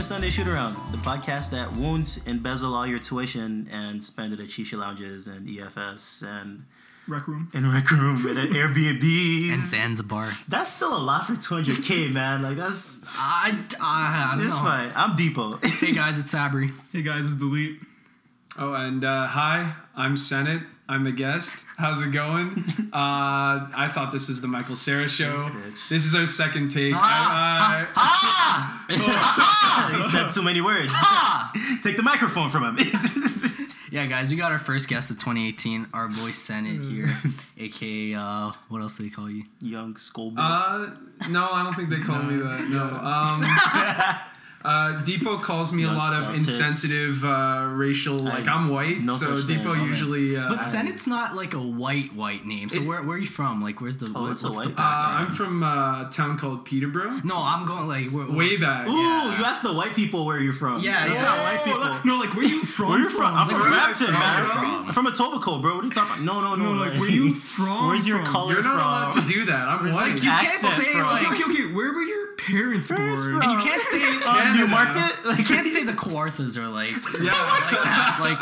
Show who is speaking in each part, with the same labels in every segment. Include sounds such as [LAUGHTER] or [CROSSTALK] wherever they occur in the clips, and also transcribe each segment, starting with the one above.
Speaker 1: Sunday Shoot Around, the podcast that wounds, embezzle all your tuition, and spend it at shisha lounges and EFS and
Speaker 2: Rec room.
Speaker 1: in rec room and at Airbnbs.
Speaker 3: and Zanzibar.
Speaker 1: that's still a lot for 200k, man. Like that's
Speaker 3: I, I, I don't
Speaker 1: it's
Speaker 3: know.
Speaker 1: fine. I'm Depot. [LAUGHS]
Speaker 3: Hey guys, it's Sabri.
Speaker 2: Hey guys, it's Delete.
Speaker 4: Oh, and uh, hi, I'm Senate. I'm the guest. How's it going?
Speaker 1: [LAUGHS]
Speaker 4: uh, I thought this was the Michael Sarah show.
Speaker 1: Thanks, bitch.
Speaker 4: This is our second take. I- I-
Speaker 3: [LAUGHS] Ah!
Speaker 1: he said too many words.
Speaker 3: Ah!
Speaker 1: Take the microphone from him. [LAUGHS]
Speaker 3: Yeah, guys, we got our first guest of 2018, our boy Senate here, aka uh, what else do they call you?
Speaker 1: Young schoolboy.
Speaker 4: uh, no, I don't think they call me that. No. Um,
Speaker 1: [LAUGHS]
Speaker 4: uh, Depot calls me a
Speaker 1: Not
Speaker 4: lot of
Speaker 1: Celtics.
Speaker 4: insensitive uh, racial. Like
Speaker 1: I-
Speaker 4: I'm white,
Speaker 1: no
Speaker 4: so
Speaker 1: such thing,
Speaker 4: Depot
Speaker 1: okay.
Speaker 4: usually. Uh,
Speaker 3: But
Speaker 4: uh,
Speaker 3: Senate's not like a white white name. So
Speaker 4: It-
Speaker 3: where where are you from? Like where's the
Speaker 1: Oh,
Speaker 3: what-
Speaker 1: it's
Speaker 3: what's
Speaker 1: a
Speaker 3: the
Speaker 1: white-
Speaker 3: background?
Speaker 4: I'm from uh, a town called Peterborough.
Speaker 3: no, I'm going like where,
Speaker 4: Way back.
Speaker 1: Ooh, you asked the white people where you're from.
Speaker 3: Yeah,
Speaker 1: that's
Speaker 3: yeah.
Speaker 1: not white people.
Speaker 2: No, like where you from?
Speaker 1: where you from? I'm
Speaker 3: Like,
Speaker 1: from
Speaker 3: where you
Speaker 1: Brampton,
Speaker 3: from?
Speaker 1: man.
Speaker 3: From?
Speaker 1: I'm from Etobicoke, bro. What are you talking about? No, no,
Speaker 2: No,
Speaker 1: no.
Speaker 2: like where you
Speaker 1: [LAUGHS]
Speaker 2: from?
Speaker 1: Where's your
Speaker 2: from?
Speaker 1: color
Speaker 4: You're not allowed
Speaker 1: from?
Speaker 4: to do that. I'm white.
Speaker 3: Like you can't
Speaker 1: accent,
Speaker 3: say
Speaker 1: bro.
Speaker 3: like
Speaker 2: Okay, okay, okay. Where were your parents
Speaker 1: Parents
Speaker 2: born?
Speaker 1: from?
Speaker 3: you can't say you
Speaker 1: Uh,
Speaker 4: Canada.
Speaker 1: New Market? [LAUGHS] Like,
Speaker 3: can't say the Kawarthas are like
Speaker 4: yeah.
Speaker 3: like that. Like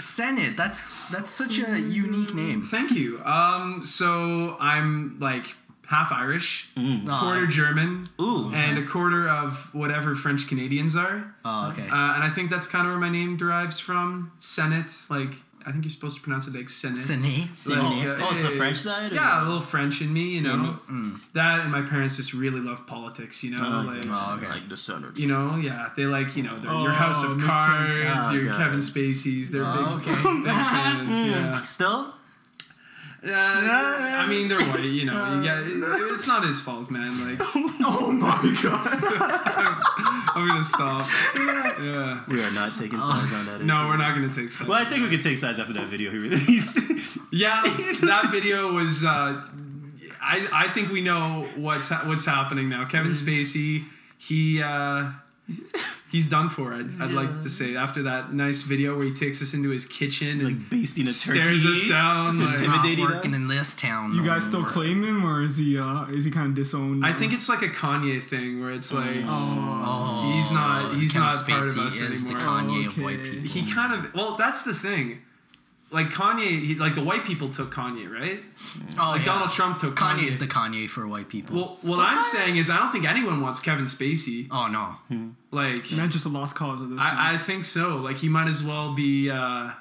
Speaker 3: Senate, that's that's such a unique name.
Speaker 4: Thank you. Um, so I'm like half Irish,
Speaker 3: Aw,
Speaker 4: quarter German,
Speaker 1: Mm. Ooh.
Speaker 4: and a quarter of whatever French Canadians are.
Speaker 3: Oh, okay.
Speaker 4: Uh, and I think that's kind of where my name derives from. Senate, like I think you're supposed to pronounce it like Senate.
Speaker 3: Senate.
Speaker 4: Like,
Speaker 1: Oh,
Speaker 4: uh,
Speaker 1: so it's the French side? or-
Speaker 4: Yeah, a little French in me, you know. That and my parents just really love politics, you know.
Speaker 1: Oh,
Speaker 4: like,
Speaker 3: Oh, okay.
Speaker 1: Like the Senate.
Speaker 4: you know, yeah, they like you know they're
Speaker 2: Oh,
Speaker 4: your House of
Speaker 2: makes
Speaker 4: Cards,
Speaker 2: sense.
Speaker 1: Oh,
Speaker 4: your
Speaker 1: God.
Speaker 4: Kevin Spacey's, they're
Speaker 3: Oh,
Speaker 4: [LAUGHS] big,
Speaker 3: okay.
Speaker 1: [LAUGHS]
Speaker 4: big
Speaker 1: Hmm.
Speaker 4: fans. Yeah.
Speaker 1: Still?
Speaker 4: Uh, I mean, they're white, you know. You got, it's not his fault, man. Like, [LAUGHS]
Speaker 2: Oh my god.
Speaker 4: I'm, I'm gonna stop. Yeah.
Speaker 1: [LAUGHS] We are not taking sides on that.
Speaker 4: No,
Speaker 1: issue.
Speaker 4: we're not gonna take sides.
Speaker 1: Well, I think we could take sides after that video he released. [LAUGHS]
Speaker 4: Yeah, that video was. Uh, I I think we know what's ha- what's happening now. Kevin Spacey, he. Uh, He's done for. I'd, I'd like to say after that nice video where he takes us into his kitchen and
Speaker 1: like basting a turkey.
Speaker 4: stares us down.
Speaker 1: Just
Speaker 4: like-
Speaker 1: intimidating intimidated
Speaker 3: not working
Speaker 1: us?
Speaker 3: in this town.
Speaker 2: You
Speaker 3: no
Speaker 2: guys still
Speaker 3: more.
Speaker 2: claim him, or is he uh is he kind of disowned?
Speaker 4: I think it's like a Kanye thing where it's like
Speaker 2: Oh.
Speaker 3: Oh,
Speaker 4: He's not- he's
Speaker 3: Kevin
Speaker 4: not part of
Speaker 3: Spacey
Speaker 4: us
Speaker 3: is the
Speaker 4: anymore.
Speaker 2: Okay.
Speaker 3: Kanye of white people.
Speaker 4: he kind of well that's the thing like kanye he, like the white people took kanye right
Speaker 3: Oh,
Speaker 4: like
Speaker 3: yeah.
Speaker 4: donald trump took
Speaker 3: Kanye
Speaker 4: kanye,
Speaker 3: is the Kanye for white people.
Speaker 4: well what i'm saying is i don't think anyone wants kevin spacey
Speaker 3: oh no.
Speaker 4: like
Speaker 2: And that's just a lost cause of this.
Speaker 4: I, I think so like he might as well be uh i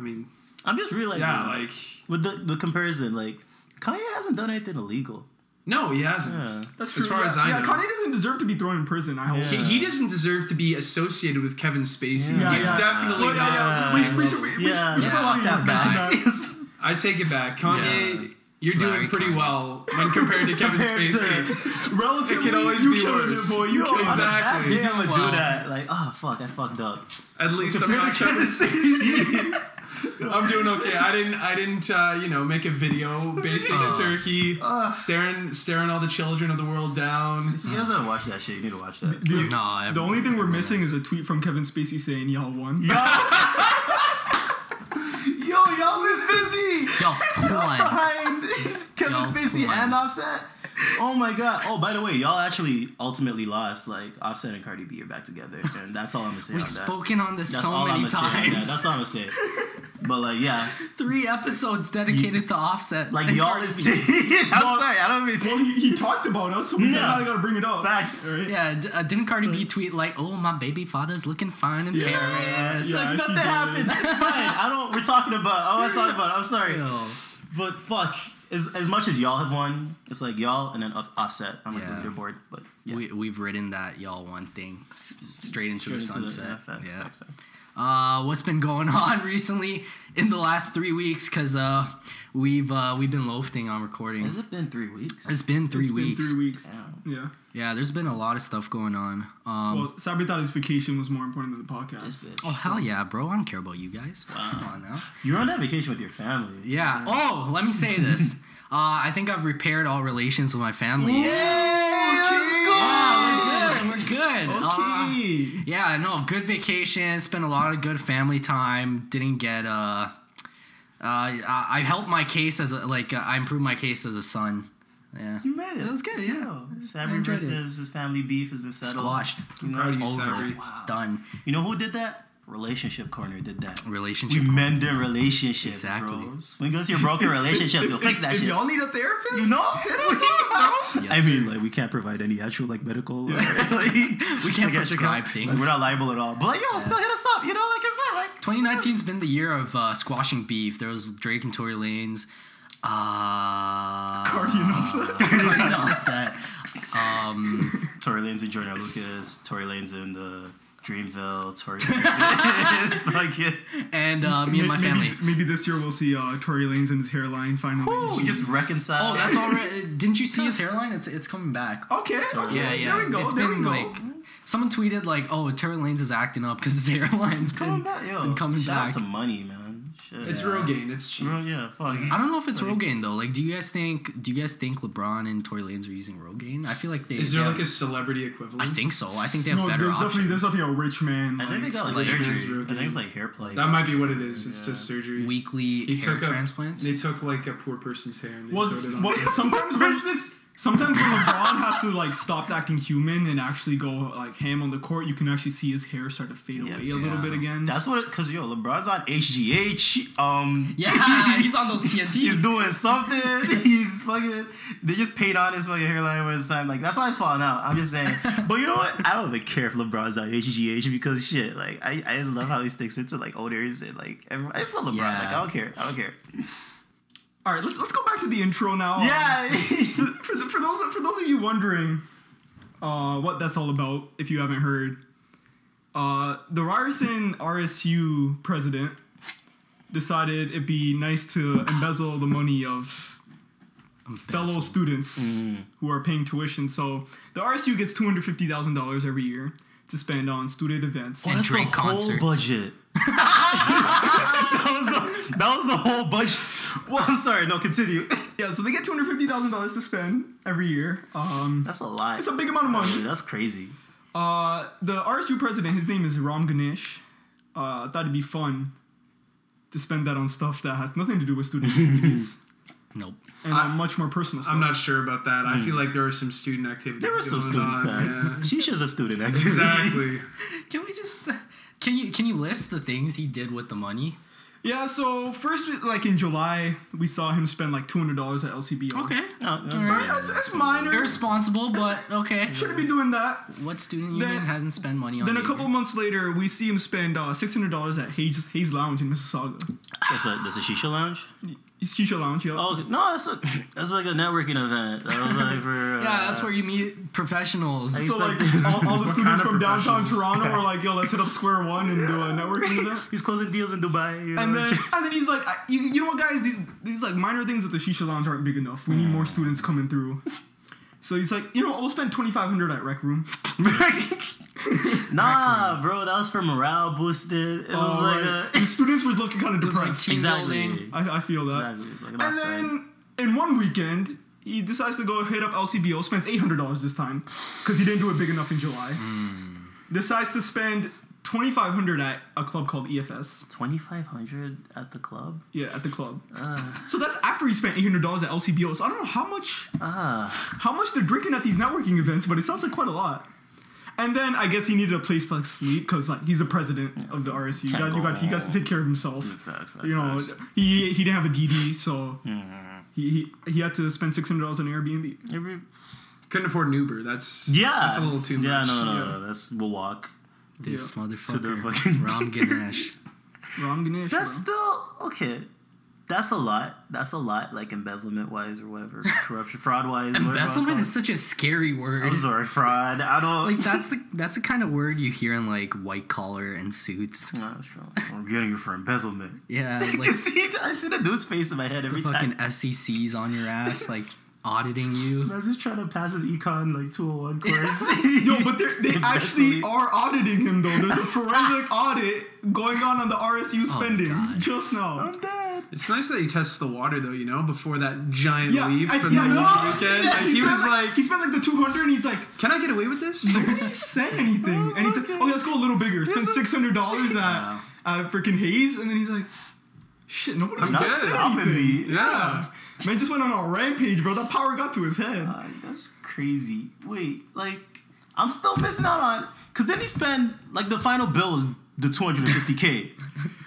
Speaker 4: mean
Speaker 1: I'm just realizing,
Speaker 4: yeah like
Speaker 1: with the, the comparison, like, Kanye hasn't done anything illegal.
Speaker 4: no he hasn't
Speaker 1: Yeah.
Speaker 2: that's
Speaker 4: as far
Speaker 2: yeah.
Speaker 4: as I
Speaker 2: yeah,
Speaker 4: know.
Speaker 2: Kanye doesn't deserve to be thrown in prison. I hope.
Speaker 1: Yeah.
Speaker 4: he, he doesn't deserve to be associated with kevin spacey
Speaker 1: Yeah,
Speaker 4: he's
Speaker 2: yeah.
Speaker 4: definitely
Speaker 2: Well, yeah,
Speaker 4: not
Speaker 2: yeah. We, we should we, we,
Speaker 1: Yeah,
Speaker 2: we
Speaker 1: let's
Speaker 2: should
Speaker 1: walk that [LAUGHS]
Speaker 2: probably
Speaker 1: back.
Speaker 2: mention that.
Speaker 4: i take it back kanye
Speaker 3: Yeah.
Speaker 4: You're
Speaker 3: It's
Speaker 4: doing
Speaker 3: very
Speaker 4: pretty
Speaker 3: Kanye.
Speaker 4: well when compared to
Speaker 2: [LAUGHS]
Speaker 4: Kevin
Speaker 1: Compared
Speaker 2: uh,
Speaker 1: to-
Speaker 4: Spacey.
Speaker 2: [LAUGHS] Relatively,
Speaker 4: It can always
Speaker 2: you
Speaker 4: be
Speaker 2: killed
Speaker 4: worse.
Speaker 2: it, boy. You
Speaker 4: You
Speaker 2: killed
Speaker 4: always
Speaker 2: it.
Speaker 4: act- Exactly.
Speaker 1: That damn would
Speaker 3: Wow.
Speaker 1: do that. Like, oh, fuck, I fucked up.
Speaker 4: At least I'm
Speaker 1: Compared
Speaker 4: not
Speaker 1: to Kevin
Speaker 4: Kevin
Speaker 1: Spacey.
Speaker 4: [LAUGHS] I'm doing okay. I didn't. I didn't. Uh, you know, make a video based on
Speaker 3: Oh.
Speaker 4: the turkey, staring, staring all the children of the world down.
Speaker 1: you guys haven't watched that shit. You need to watch that.
Speaker 2: Dude,
Speaker 3: No, I
Speaker 2: the
Speaker 3: haven't-
Speaker 2: only thing we're missing is a tweet from Kevin Spacey saying y'all won.
Speaker 1: Yo, y'all been busy
Speaker 3: Yo,
Speaker 4: [LAUGHS]
Speaker 1: [LAUGHS]
Speaker 3: Juan.
Speaker 1: behind Kevin
Speaker 3: Yo,
Speaker 1: Spacey
Speaker 3: come on.
Speaker 1: and Offset. Oh my god. Oh, by the way, y'all actually ultimately lost. Like Offset and Cardi B are back together, and that's all I'm gonna say
Speaker 3: We've
Speaker 1: on that.
Speaker 3: spoken on this
Speaker 1: That's
Speaker 3: so
Speaker 1: all I'm gonna
Speaker 3: many
Speaker 1: say. on that.
Speaker 3: times.
Speaker 1: That's all I'm gonna
Speaker 3: [LAUGHS]
Speaker 1: say. But like, yeah,
Speaker 3: Three episodes dedicated to Offset.
Speaker 1: like [LAUGHS]
Speaker 3: and
Speaker 1: y'all
Speaker 3: Cardi
Speaker 1: is.
Speaker 3: B. [LAUGHS]
Speaker 1: I'm sorry, I don't mean.
Speaker 2: Well, he, he talked about us, so we
Speaker 1: Yeah.
Speaker 2: kind of gotta bring it up.
Speaker 3: [LAUGHS]
Speaker 1: Facts.
Speaker 2: All right?
Speaker 3: Yeah, d- uh, didn't Cardi B tweet like, "Oh, my baby father's looking fine in Paris."
Speaker 1: It's
Speaker 2: Yeah,
Speaker 1: like
Speaker 2: she
Speaker 1: nothing
Speaker 2: did.
Speaker 1: happened. It's fine. I don't. We're talking about. I want to talk about. I'm sorry.
Speaker 3: Yo.
Speaker 1: But fuck, as, as much as y'all have won, it's like y'all and then off- offset on like
Speaker 3: Yeah.
Speaker 1: the leaderboard. But yeah.
Speaker 3: We, we've ridden that y'all one thing s- straight into the
Speaker 1: Straight into
Speaker 3: sunset.
Speaker 1: yeah, facts,
Speaker 3: yeah.
Speaker 1: facts, facts.
Speaker 3: Uh, what's been going [LAUGHS] on recently in the last three weeks? Cause uh, we've uh, we've been loafing on recording.
Speaker 1: Has it been three weeks?
Speaker 3: It's been three
Speaker 2: It's been
Speaker 3: weeks.
Speaker 2: three weeks.
Speaker 1: Damn.
Speaker 2: Yeah.
Speaker 3: Yeah, there's been a lot of stuff going on. Um,
Speaker 2: Well, Sabri thought his vacation was more important than the podcast.
Speaker 1: This bitch.
Speaker 3: oh hell yeah, bro! I don't care about you guys. Come on now.
Speaker 1: You're on that vacation with your family.
Speaker 3: Yeah. Oh, let me say this. [LAUGHS] uh, I think I've repaired all relations with my family. Yeah, we're good. We're good. Uh,
Speaker 2: Okay.
Speaker 3: Yeah, no, good vacation. Spent a lot of good family time. Didn't get uh, uh I I helped my case as a, like uh, I improved my case as a son. Yeah,
Speaker 1: You made enjoyed it.
Speaker 3: It was good, yeah.
Speaker 1: Sabri
Speaker 3: enjoyed it.
Speaker 1: versus his family beef has been settled.
Speaker 3: Squashed.
Speaker 1: You know,
Speaker 4: Proud of you,
Speaker 1: it's-
Speaker 4: Sabri.
Speaker 1: Wow.
Speaker 3: Done.
Speaker 1: You know who did that? Relationship Corner did that. We
Speaker 3: Relationship.
Speaker 1: mend their relationships,
Speaker 3: Exactly.
Speaker 1: bros. When it goes to your broken relationships, we'll fix that
Speaker 2: if
Speaker 1: shit.
Speaker 2: y'all need a therapist,
Speaker 1: You
Speaker 3: [LAUGHS]
Speaker 1: know?
Speaker 3: Yes,
Speaker 1: [LAUGHS] I mean, like, we can't provide any actual, like, medical. Or, like,
Speaker 3: [LAUGHS] we can't prescribe things.
Speaker 1: Like, we're not liable at all. But, like, yo, still hit us up. You know, like, it's not like.
Speaker 3: 2019's been the year of uh, squashing beef. There was Drake and Tory Lanez. Uh,
Speaker 2: Cardi and Offset.
Speaker 3: [LAUGHS] Cardi and Offset. Um,
Speaker 1: Tory Lanez and Jordan Lucas, Tory Lanez and the Dreamville,
Speaker 3: [LAUGHS]
Speaker 1: Tory Lanez. and- like, yeah.
Speaker 3: and uh, me and my
Speaker 2: Maybe- [LAUGHS]
Speaker 3: family.
Speaker 2: Maybe this year we'll see uh, Tory Lanez and his hairline finally.
Speaker 1: Ooh, just reconcile.
Speaker 3: Oh, that's all right. Didn't you see his hairline? It's it's coming back.
Speaker 2: okay, okay.
Speaker 3: Yeah, yeah.
Speaker 2: There we go.
Speaker 3: It's
Speaker 2: there
Speaker 3: been
Speaker 2: we go.
Speaker 3: like someone tweeted like, "Oh, Terry Lanes is acting up [LAUGHS] because his hairline's
Speaker 1: Coming
Speaker 3: been,
Speaker 1: back, yo.
Speaker 3: been coming
Speaker 1: Shout
Speaker 3: back."
Speaker 1: out to money, man. Shit.
Speaker 4: It's
Speaker 1: yeah. Mm.
Speaker 4: Rogaine. It's cheap.
Speaker 1: Bro, yeah, fuck.
Speaker 3: I don't know if it's Rogaine though. Like, do you guys think? Do you guys think LeBron and Tory Lanez are using Rogaine? I feel like they.
Speaker 4: Is there
Speaker 3: they
Speaker 4: like a
Speaker 3: have-
Speaker 4: celebrity equivalent?
Speaker 3: I think so. I think they have
Speaker 2: No,
Speaker 3: better
Speaker 2: there's definitely
Speaker 3: options.
Speaker 2: there's definitely a rich man.
Speaker 1: I think they
Speaker 2: like-
Speaker 1: got like
Speaker 3: Like,
Speaker 1: surgery.
Speaker 4: trans
Speaker 1: I
Speaker 4: rogaine.
Speaker 1: think it's like hair play.
Speaker 4: that might be what it is. It's just surgery.
Speaker 3: Weekly
Speaker 4: He
Speaker 3: hair
Speaker 4: took a-
Speaker 3: transplants.
Speaker 4: They took like a poor person's hair and they
Speaker 2: Well,
Speaker 4: sewed it on.
Speaker 2: well, sometimes when, [LAUGHS] sometimes when LeBron has to like stop acting human and actually go like ham on the court, you can actually see his hair start to fade
Speaker 1: Yes.
Speaker 2: away a little
Speaker 3: Yeah.
Speaker 2: bit
Speaker 1: [LAUGHS]
Speaker 2: again.
Speaker 1: That's what, cause yo, LeBron's on HGH. Um,
Speaker 3: [LAUGHS]
Speaker 4: [LAUGHS]
Speaker 3: yeah, he's on those TNTs.
Speaker 1: he's doing something. [LAUGHS] He's fucking. They just paid on his fucking hairline one time. Like that's why it's falling out. I'm just saying. [LAUGHS] But you know what? I don't even care if LeBron's on HGH because shit. Like I, I just love how he sticks into like owners and like everyone. I just love LeBron.
Speaker 3: Yeah.
Speaker 1: Like I don't care. I don't care.
Speaker 2: All right, let's let's go back to the intro now. Um,
Speaker 1: Yeah. [LAUGHS]
Speaker 2: for, the, for those for those of you wondering uh, what that's all about, if you haven't heard, uh, the Ryerson RSU president decided it'd be nice to embezzel the money of fellow students who are paying tuition. So the RSU gets two hundred fifty thousand dollars every year to spend on student events.
Speaker 3: And
Speaker 1: That's the
Speaker 3: Drake
Speaker 1: whole
Speaker 3: concerts. [LAUGHS]
Speaker 1: budget. [LAUGHS] that was the that was the whole budget. Well, I'm sorry. No, continue. [LAUGHS]
Speaker 2: Yeah, so they get two hundred fifty thousand dollars to spend every year. Um,
Speaker 1: That's a lot.
Speaker 2: it's a big amount of money.
Speaker 1: Dude, that's crazy.
Speaker 2: Uh, the RSU president, his name is Ram Ganesh. Uh, I thought it'd be fun to spend that on stuff that has nothing to do with
Speaker 4: [LAUGHS]
Speaker 2: student activities
Speaker 3: Nope.
Speaker 2: and on much more personal stuff.
Speaker 4: I'm not sure about that. I feel like there are some student activities.
Speaker 1: Hmm. There were some
Speaker 4: going
Speaker 1: student
Speaker 4: on,
Speaker 1: [LAUGHS] facts.
Speaker 4: yeah.
Speaker 1: She's just a student activity. [LAUGHS]
Speaker 4: Exactly.
Speaker 3: Can we just? Can you can you list the things he did with the money?
Speaker 2: yeah, so first, we- like in July, we saw him spend like two hundred dollars at LCBO.
Speaker 3: Okay.
Speaker 1: No, no,
Speaker 3: right.
Speaker 2: that's, that's minor.
Speaker 3: Irresponsible, but okay.
Speaker 2: Shouldn't be doing that.
Speaker 3: What student union
Speaker 2: Then-
Speaker 3: hasn't spent money on?
Speaker 2: Then a
Speaker 3: Baker?
Speaker 2: couple months later, we see him spend uh, six hundred dollars at Hayes, Hayes Lounge in Mississauga.
Speaker 1: That's a that's a shisha lounge.
Speaker 2: Shisha Lounge, yeah.
Speaker 1: Oh okay. no, that's a that's like a networking event. That was like [LAUGHS] for uh,
Speaker 3: Yeah, that's where you meet professionals.
Speaker 1: I-
Speaker 2: So like
Speaker 1: he's
Speaker 2: all, all the
Speaker 4: [LAUGHS] What
Speaker 2: students
Speaker 4: kind of
Speaker 2: from downtown
Speaker 4: professionals?
Speaker 2: Toronto were like, "Yo, let's hit
Speaker 4: [LAUGHS]
Speaker 2: up Square One and do a networking event."
Speaker 1: he's closing deals in Dubai. You know?
Speaker 2: And
Speaker 3: [LAUGHS]
Speaker 2: then, and then he's like, I, you, you know what, guys? These these like minor things at the shisha lounge aren't big enough. We need
Speaker 3: Mm.
Speaker 2: more students coming through. So he's like, you know, what, we'll spend twenty five hundred at rec room.
Speaker 1: nah, bro, that was for morale boosted. It was Oh, like
Speaker 2: Alright.
Speaker 1: [LAUGHS]
Speaker 2: the students were looking kind of
Speaker 3: Oh, was like
Speaker 2: depressed.
Speaker 1: a,
Speaker 3: Team
Speaker 1: exactly.
Speaker 3: building.
Speaker 2: I, I feel that.
Speaker 1: Exactly. Like an
Speaker 2: And
Speaker 1: offsite.
Speaker 2: then in one weekend, he decides to go hit up LCBO. Spends eight hundred dollars this time because he didn't do it big enough in July.
Speaker 3: Hmm.
Speaker 2: Decides to spend twenty five hundred at a club called EFS.
Speaker 1: 2500 at the club
Speaker 2: Yeah, at the club.
Speaker 3: Ah.
Speaker 2: so that's after he spent eight hundred dollars at LCBO. So I don't know how much
Speaker 1: ah
Speaker 2: how much they're drinking at these networking events, but it sounds like quite a lot. And then I guess he needed a place to like, sleep because like he's the president of the RSU. You
Speaker 1: Can't
Speaker 2: got, you
Speaker 1: go
Speaker 2: got, he got to
Speaker 1: home.
Speaker 2: take care of himself.
Speaker 1: facts, facts,
Speaker 2: You know,
Speaker 1: facts.
Speaker 2: he he didn't have a DD, so
Speaker 4: Mm-hmm.
Speaker 2: he, he he had to spend six hundred dollars on Airbnb.
Speaker 1: Every-
Speaker 4: Couldn't afford an Uber. That's
Speaker 1: yeah
Speaker 4: That's a little too
Speaker 1: yeah
Speaker 4: much.
Speaker 1: no no,
Speaker 2: Yeah.
Speaker 1: no no that's we'll walk
Speaker 3: This
Speaker 1: to the
Speaker 3: motherfucker,
Speaker 1: fucking [LAUGHS]
Speaker 3: Ram Ganesh.
Speaker 2: Ram Ganesh.
Speaker 1: That's
Speaker 2: bro.
Speaker 1: still okay. That's a lot. That's a lot, like embezzlement wise or [LAUGHS] whatever, corruption, fraud wise.
Speaker 3: Embezzlement is such a scary word.
Speaker 1: I'm sorry, fraud. I don't.
Speaker 3: Like
Speaker 1: [LAUGHS]
Speaker 3: that's the that's the kind of word you hear in like white collar and suits.
Speaker 1: No, that's true. I'm getting you for embezzlement. [LAUGHS]
Speaker 3: Yeah,
Speaker 1: I
Speaker 3: like
Speaker 1: can see, I see the dude's face in my head every
Speaker 3: fucking
Speaker 1: time.
Speaker 3: SECs on your ass, like auditing you.
Speaker 1: I was just trying to pass his econ like 201 course.
Speaker 2: [LAUGHS] Yo, but they're-
Speaker 4: [LAUGHS]
Speaker 2: they actually are auditing him though. There's a forensic audit going on on the
Speaker 4: Oh,
Speaker 2: RSU spending
Speaker 3: God.
Speaker 2: just
Speaker 1: [LAUGHS]
Speaker 2: now.
Speaker 1: I'm dead.
Speaker 4: It's nice that he tests the water though, you know, before that giant
Speaker 2: Yeah,
Speaker 4: leap
Speaker 2: I-
Speaker 4: from
Speaker 2: yeah,
Speaker 4: the
Speaker 2: no,
Speaker 4: weekend.
Speaker 2: yeah,
Speaker 4: Like, he
Speaker 2: spent
Speaker 4: was like,
Speaker 2: he spent like the 200 and he's like,
Speaker 4: "Can I get away with this?"
Speaker 2: nobody said anything. And he's like,
Speaker 1: Okay.
Speaker 2: oh, yeah, let's go a little bigger. Spend $600
Speaker 3: Wow.
Speaker 2: at, at freaking Hayes. And then he's like, shit, nobody
Speaker 4: I'm
Speaker 2: said
Speaker 4: dead.
Speaker 1: Nothing.
Speaker 2: anything.
Speaker 4: yeah,
Speaker 2: Man just went on a rampage, bro. That power got to his head.
Speaker 1: Uh, that's crazy. Wait, like I'm still missing out on because then he spent like the final bill was the 250k.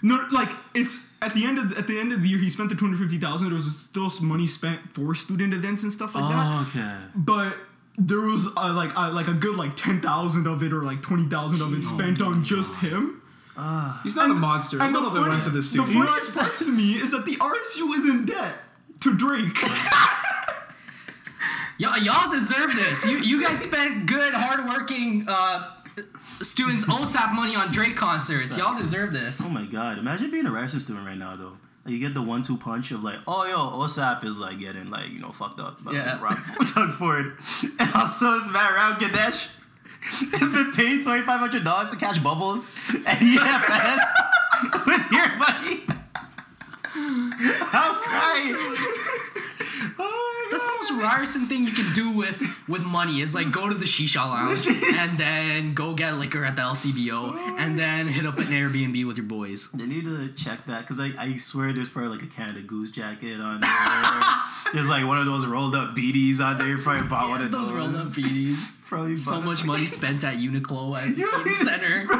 Speaker 2: No, like it's at the end of at the end of the year, he spent the two hundred fifty thousand. There was still some money spent for student events and stuff like
Speaker 4: Oh,
Speaker 2: that.
Speaker 1: okay.
Speaker 2: But there was uh, like uh, like a good like ten thousand of it or like twenty thousand of it spent
Speaker 4: Oh
Speaker 2: on just him.
Speaker 4: He's not a monster. I
Speaker 2: And the
Speaker 4: love that
Speaker 2: funny,
Speaker 4: went to the
Speaker 2: the
Speaker 4: studio.
Speaker 2: funniest part to me is that the RSU is in debt to [LAUGHS] Drake.
Speaker 3: Y'all, y'all deserve this. You, you guys spent good, hardworking uh,
Speaker 1: [LAUGHS]
Speaker 3: students OSAP money on Drake concerts. Y'all deserve this.
Speaker 1: Oh my god! Imagine being a Ryerson student right now though. Like you get the one-two punch of like, oh yo, OSAP is like getting like you know fucked up by
Speaker 3: Yeah.
Speaker 1: like, Rob, Doug [LAUGHS] Ford, and also is Matt Round Ganesh. [LAUGHS] Has been paid twenty five hundred dollars to catch bubbles [LAUGHS] at EFS [LAUGHS] with your money. I'm crying. [LAUGHS] Oh my
Speaker 3: That's the most Ryerson thing you can do with with money is like go to the shisha lounge
Speaker 2: [LAUGHS]
Speaker 3: and then go get liquor at the LCBO and then hit up an Airbnb with your boys.
Speaker 1: They need to check that because I, I swear there's probably like a Canada Goose jacket on there. there's like one of those rolled up beaties on there. You probably bought one of those.
Speaker 3: Those rolled up beaties.
Speaker 1: Probably
Speaker 3: So
Speaker 1: bought-
Speaker 3: much money spent at Uniqlo
Speaker 2: [LAUGHS]
Speaker 3: and
Speaker 1: You- [LAUGHS]
Speaker 3: Eaton Center.
Speaker 1: Bro,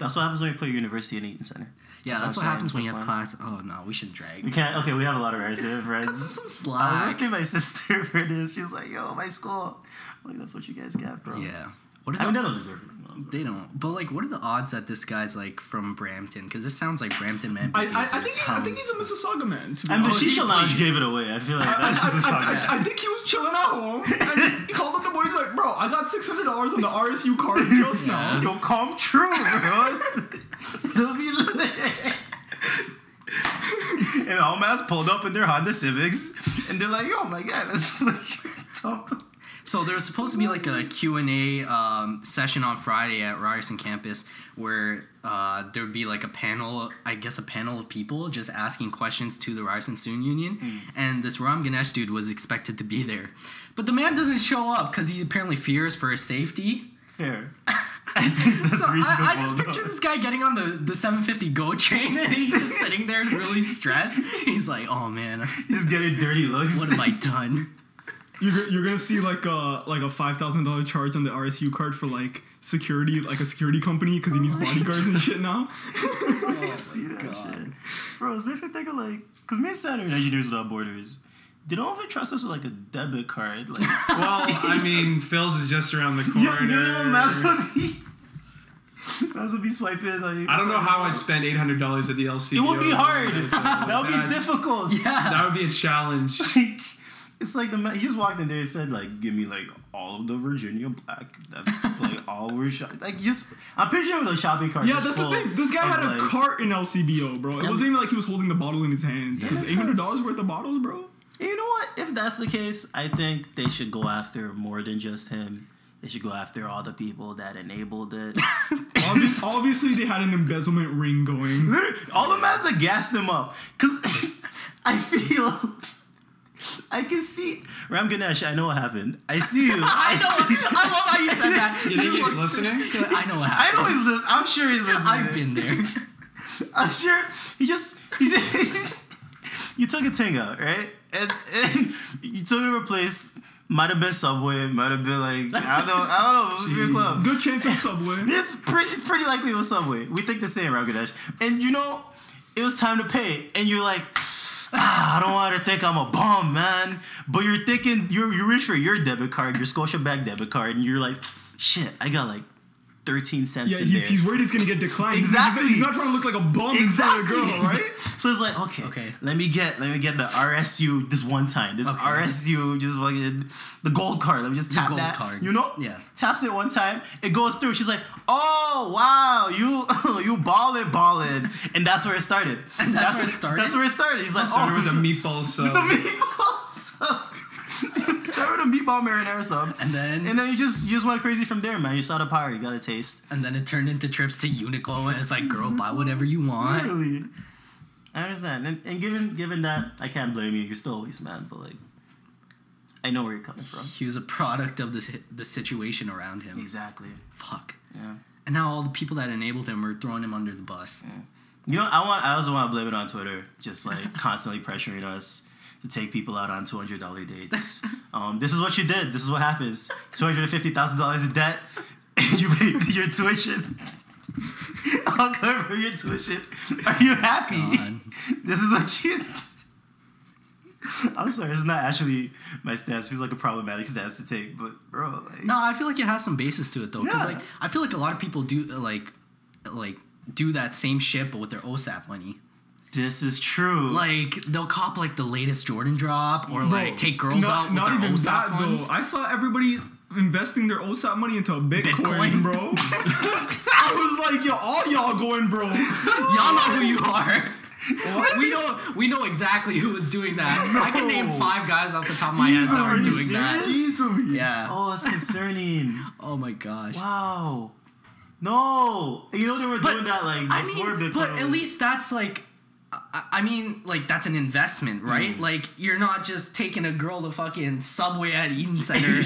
Speaker 1: that's what happens when you put university in Eaton Center.
Speaker 3: Yeah, that's what
Speaker 1: I'm
Speaker 3: happens when
Speaker 1: saying,
Speaker 3: you have
Speaker 1: that's
Speaker 3: class. Oh no, we should drag.
Speaker 2: [LAUGHS]
Speaker 1: We can't. Okay, we have a lot of resident
Speaker 3: [LAUGHS] Cut them
Speaker 1: friends.
Speaker 2: Uh,
Speaker 3: some
Speaker 1: I
Speaker 3: slack.
Speaker 1: was my sister [LAUGHS] for this. She's like, "Yo, my school." I'm like that's what you guys get, bro.
Speaker 3: Yeah. What
Speaker 1: I
Speaker 3: are
Speaker 1: mean,
Speaker 3: the,
Speaker 1: they don't deserve it.
Speaker 3: they don't. But like, what are the odds that this guy's like from Brampton? Because this sounds like Brampton man.
Speaker 2: I, I, I think he, I think he's a Mississauga man. To be
Speaker 1: And the
Speaker 3: Oh,
Speaker 2: honest.
Speaker 3: she-
Speaker 1: shisha lounge
Speaker 3: please.
Speaker 1: gave it away. I feel like
Speaker 2: I,
Speaker 1: that's the song.
Speaker 3: [LAUGHS]
Speaker 2: I- I- I think he was chilling at [LAUGHS] home. And he called up the boys like, bro, I got six hundred dollars on the RSU [LAUGHS] card just now.
Speaker 1: Yo, come true, bro. [LAUGHS] It'll be lit. [LAUGHS] And all mass pulled up in their Honda Civics, and they're like, "Oh my god, that's [LAUGHS] like top."
Speaker 3: So there was supposed to be like a Q&A um, session on Friday at Ryerson campus where uh, there would be like a panel, I guess a panel of people just asking questions to the Ryerson Student Union. And this Ram Ganesh dude was expected to be there. But the man doesn't show up because he apparently fears for his safety.
Speaker 1: Fair. [LAUGHS] I think that's
Speaker 3: So
Speaker 1: reasonable.
Speaker 3: I, I just
Speaker 1: though.
Speaker 3: picture this guy getting on the, the 750 GO train and he's just sitting there really stressed. He's like, oh man,
Speaker 1: Just getting dirty looks. [LAUGHS]
Speaker 3: what have I done? [LAUGHS]
Speaker 2: You're, go- you're gonna see like a like a five thousand dollar charge on the RSU card for like security, like a security company because he needs bodyguards and shit now.
Speaker 1: I see that shit. Bro, it makes me think of like, because me and Saturn and Engineers Without Borders, they don't even trust us with like a debit card.
Speaker 2: [LAUGHS]
Speaker 1: Like,
Speaker 4: [LAUGHS] well, I mean, Phil's is just around the
Speaker 1: you,
Speaker 4: corner.
Speaker 1: you know, might as well be, [LAUGHS] might as well be swiping. Like,
Speaker 4: [LAUGHS] I don't know how I'd spend eight hundred dollars at the LC.
Speaker 1: It would be hard.
Speaker 2: [LAUGHS]
Speaker 1: that would be difficult.
Speaker 4: That would be a challenge.
Speaker 1: [LAUGHS] Like, it's like the ma- he just walked in there and said like, give me like all of the Virginia Black. That's like all we're sho- like just. I'm picturing with a shopping cart.
Speaker 2: [LAUGHS] Yeah,
Speaker 1: just
Speaker 2: that's the
Speaker 1: full
Speaker 2: thing. This guy
Speaker 1: of,
Speaker 2: had a
Speaker 1: like-
Speaker 2: cart in LCBO, bro. It wasn't even like he was holding the bottle in his hands.
Speaker 1: Yeah,
Speaker 2: Because
Speaker 1: makes
Speaker 2: eight hundred
Speaker 1: sense.
Speaker 2: dollars worth of bottles, bro.
Speaker 1: You know what? If that's the case, I think they should go after more than just him. They should go after all the people that enabled it.
Speaker 2: Obvi- obviously, they had an embezzlement ring going.
Speaker 1: Literally, [LAUGHS] all the mans that gassed him up. Cause [LAUGHS] I feel I can see Ram Ganesh, I know what happened. I see [LAUGHS] you. I
Speaker 3: I know.
Speaker 1: see-
Speaker 3: I love how you said that.
Speaker 4: You think he's listening?
Speaker 3: I know what
Speaker 1: I
Speaker 3: happened.
Speaker 1: know he's this. I'm sure he's listening.
Speaker 3: I've been there.
Speaker 1: I'm sure he just [LAUGHS] he just you took a tinga, right? And, and you took it to a place. Might have been Subway. Might have been like I don't know. I don't know. Beer club.
Speaker 2: Good chance of Subway.
Speaker 1: It's pretty, pretty likely it was Subway. We think the same, Ragadesh. And you know, it was time to pay. And you're like, ah, I don't want to think I'm a bum, man. But you're thinking, you're, you're rich for your debit card, your Scotiabank debit card. And you're like, shit, I got like 13 cents
Speaker 2: Yeah,
Speaker 1: in
Speaker 2: he's,
Speaker 1: there.
Speaker 2: he's worried he's gonna get declined. He's-
Speaker 1: Exactly.
Speaker 2: He's, not trying to look like a bum
Speaker 1: Exactly.
Speaker 2: in front of a girl, right?
Speaker 1: So it's like, okay,
Speaker 3: Okay.
Speaker 1: let me get let me get the RSU this one time. This
Speaker 3: Okay.
Speaker 1: RSU just fucking the gold card. Let me just tap
Speaker 3: gold
Speaker 1: that.
Speaker 3: card.
Speaker 1: You know?
Speaker 3: Yeah.
Speaker 1: Taps it one time, it goes through. She's like, oh wow, you [LAUGHS] you ballin' ballin'. And that's where it started.
Speaker 3: [LAUGHS] And that's where it
Speaker 1: where-
Speaker 3: started?
Speaker 1: That's where it started. He's like,
Speaker 4: Started with
Speaker 1: oh
Speaker 4: the meatball sub.
Speaker 1: the [LAUGHS] meatball sub. [LAUGHS] Start with a meatball marinara sub.
Speaker 3: And then
Speaker 1: And then you just you just went crazy from there, man. You saw the power, you got a taste.
Speaker 3: and then it turned into trips to Uniqlo and it's like, girl, buy whatever you [LAUGHS] want.
Speaker 1: Literally. I understand. And, and given given that, I can't blame you. You're still a waste man, but like, I know where you're coming from.
Speaker 3: He was a product of the the situation around him.
Speaker 1: Exactly.
Speaker 3: Fuck.
Speaker 1: Yeah.
Speaker 3: And now all the people that enabled him are throwing him under the bus.
Speaker 1: [LAUGHS] You know, I want. I also want to blame it on Twitter, just like constantly pressuring us to take people out on two hundred dollar
Speaker 3: [LAUGHS]
Speaker 1: dates. um, this is what you did. This is what happens. Two hundred fifty thousand dollars in debt. [LAUGHS] And you pay your tuition. [LAUGHS] I'll cover your tuition. Are you happy?
Speaker 3: God.
Speaker 1: [LAUGHS] This is what you. [LAUGHS] I'm sorry, it's not actually my stance. It feels like a problematic stance to take, but bro, like,
Speaker 3: No, I feel like it has some basis to it though, because
Speaker 1: Yeah.
Speaker 3: like I feel like a lot of people do uh, like like do that same shit but with their OSAP money.
Speaker 1: this is true.
Speaker 3: Like they'll cop like the latest Jordan drop or like take girls
Speaker 2: not,
Speaker 3: out with
Speaker 2: Not
Speaker 3: their
Speaker 2: even
Speaker 3: OSAP
Speaker 2: that
Speaker 3: funds.
Speaker 2: though. I saw everybody investing their OSAP money into Bitcoin,
Speaker 3: Bitcoin. [LAUGHS]
Speaker 2: bro. I was like, yo, all y'all going, bro.
Speaker 3: Y'all know
Speaker 2: [LAUGHS]
Speaker 3: who you are. We know we know exactly who was doing that. I can name five guys off the top of my head that
Speaker 1: Are
Speaker 3: were
Speaker 1: you
Speaker 3: doing that.
Speaker 1: serious?
Speaker 2: Easily.
Speaker 3: Yeah.
Speaker 1: Oh,
Speaker 3: [LAUGHS]
Speaker 1: it's concerning.
Speaker 3: Oh my gosh.
Speaker 1: wow. Oh. No, you know they were
Speaker 3: But,
Speaker 1: doing that like
Speaker 3: I
Speaker 1: before
Speaker 3: mean,
Speaker 1: Bitcoin.
Speaker 3: but at least that's like, I, I mean, like that's an investment,
Speaker 2: Mm.
Speaker 3: right? Like you're not just taking a girl to fucking Subway
Speaker 2: [LAUGHS]
Speaker 3: at Eden Center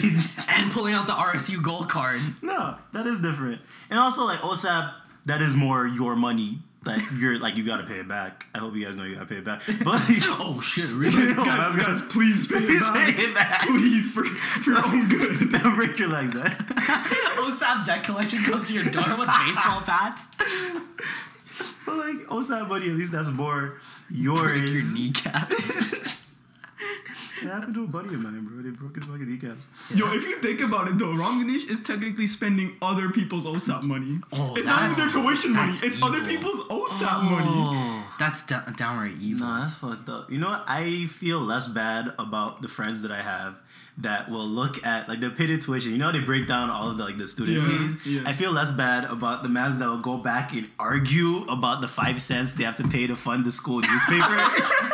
Speaker 3: and pulling out the RSU gold card.
Speaker 1: no, that is different. And also like OSAP, that is more your money. Like
Speaker 2: [LAUGHS]
Speaker 1: you're like you gotta pay it back. I hope you guys know you gotta pay it back. But
Speaker 3: Oh shit,
Speaker 2: [LAUGHS]
Speaker 3: really?
Speaker 1: No, that's
Speaker 2: Guys,
Speaker 1: good.
Speaker 2: guys, please pay
Speaker 1: Please
Speaker 2: it back.
Speaker 1: pay it back.
Speaker 2: Please, for, for
Speaker 1: [LAUGHS]
Speaker 2: your own good.
Speaker 1: Don't break your legs, man. [LAUGHS]
Speaker 3: OSAP debt collection goes to your door with baseball
Speaker 2: [LAUGHS]
Speaker 3: bats.
Speaker 1: But like OSAP money, at least that's more
Speaker 3: Break your
Speaker 1: yours.
Speaker 3: kneecaps.
Speaker 1: It happened to a buddy of mine, bro. They broke his fucking kneecaps.
Speaker 2: Yo, if you think about it though, Ram Ganesh is technically spending other people's OSAP money.
Speaker 3: Oh,
Speaker 2: it's not even their
Speaker 3: that's-
Speaker 2: tuition money.
Speaker 3: that's
Speaker 2: It's other
Speaker 3: evil. Oh.
Speaker 2: people's OSAP money.
Speaker 3: That's d- downright evil.
Speaker 1: No, that's fucked up. You know what? I feel less bad about the friends that I have that will look at like the paid tuition. You know how they break down all of the like the student
Speaker 2: Yeah,
Speaker 1: fees.
Speaker 2: yeah.
Speaker 1: I feel less bad about the mans that will go back and argue about the five cents they have to pay to fund the school
Speaker 3: [LAUGHS]
Speaker 1: newspaper. [LAUGHS]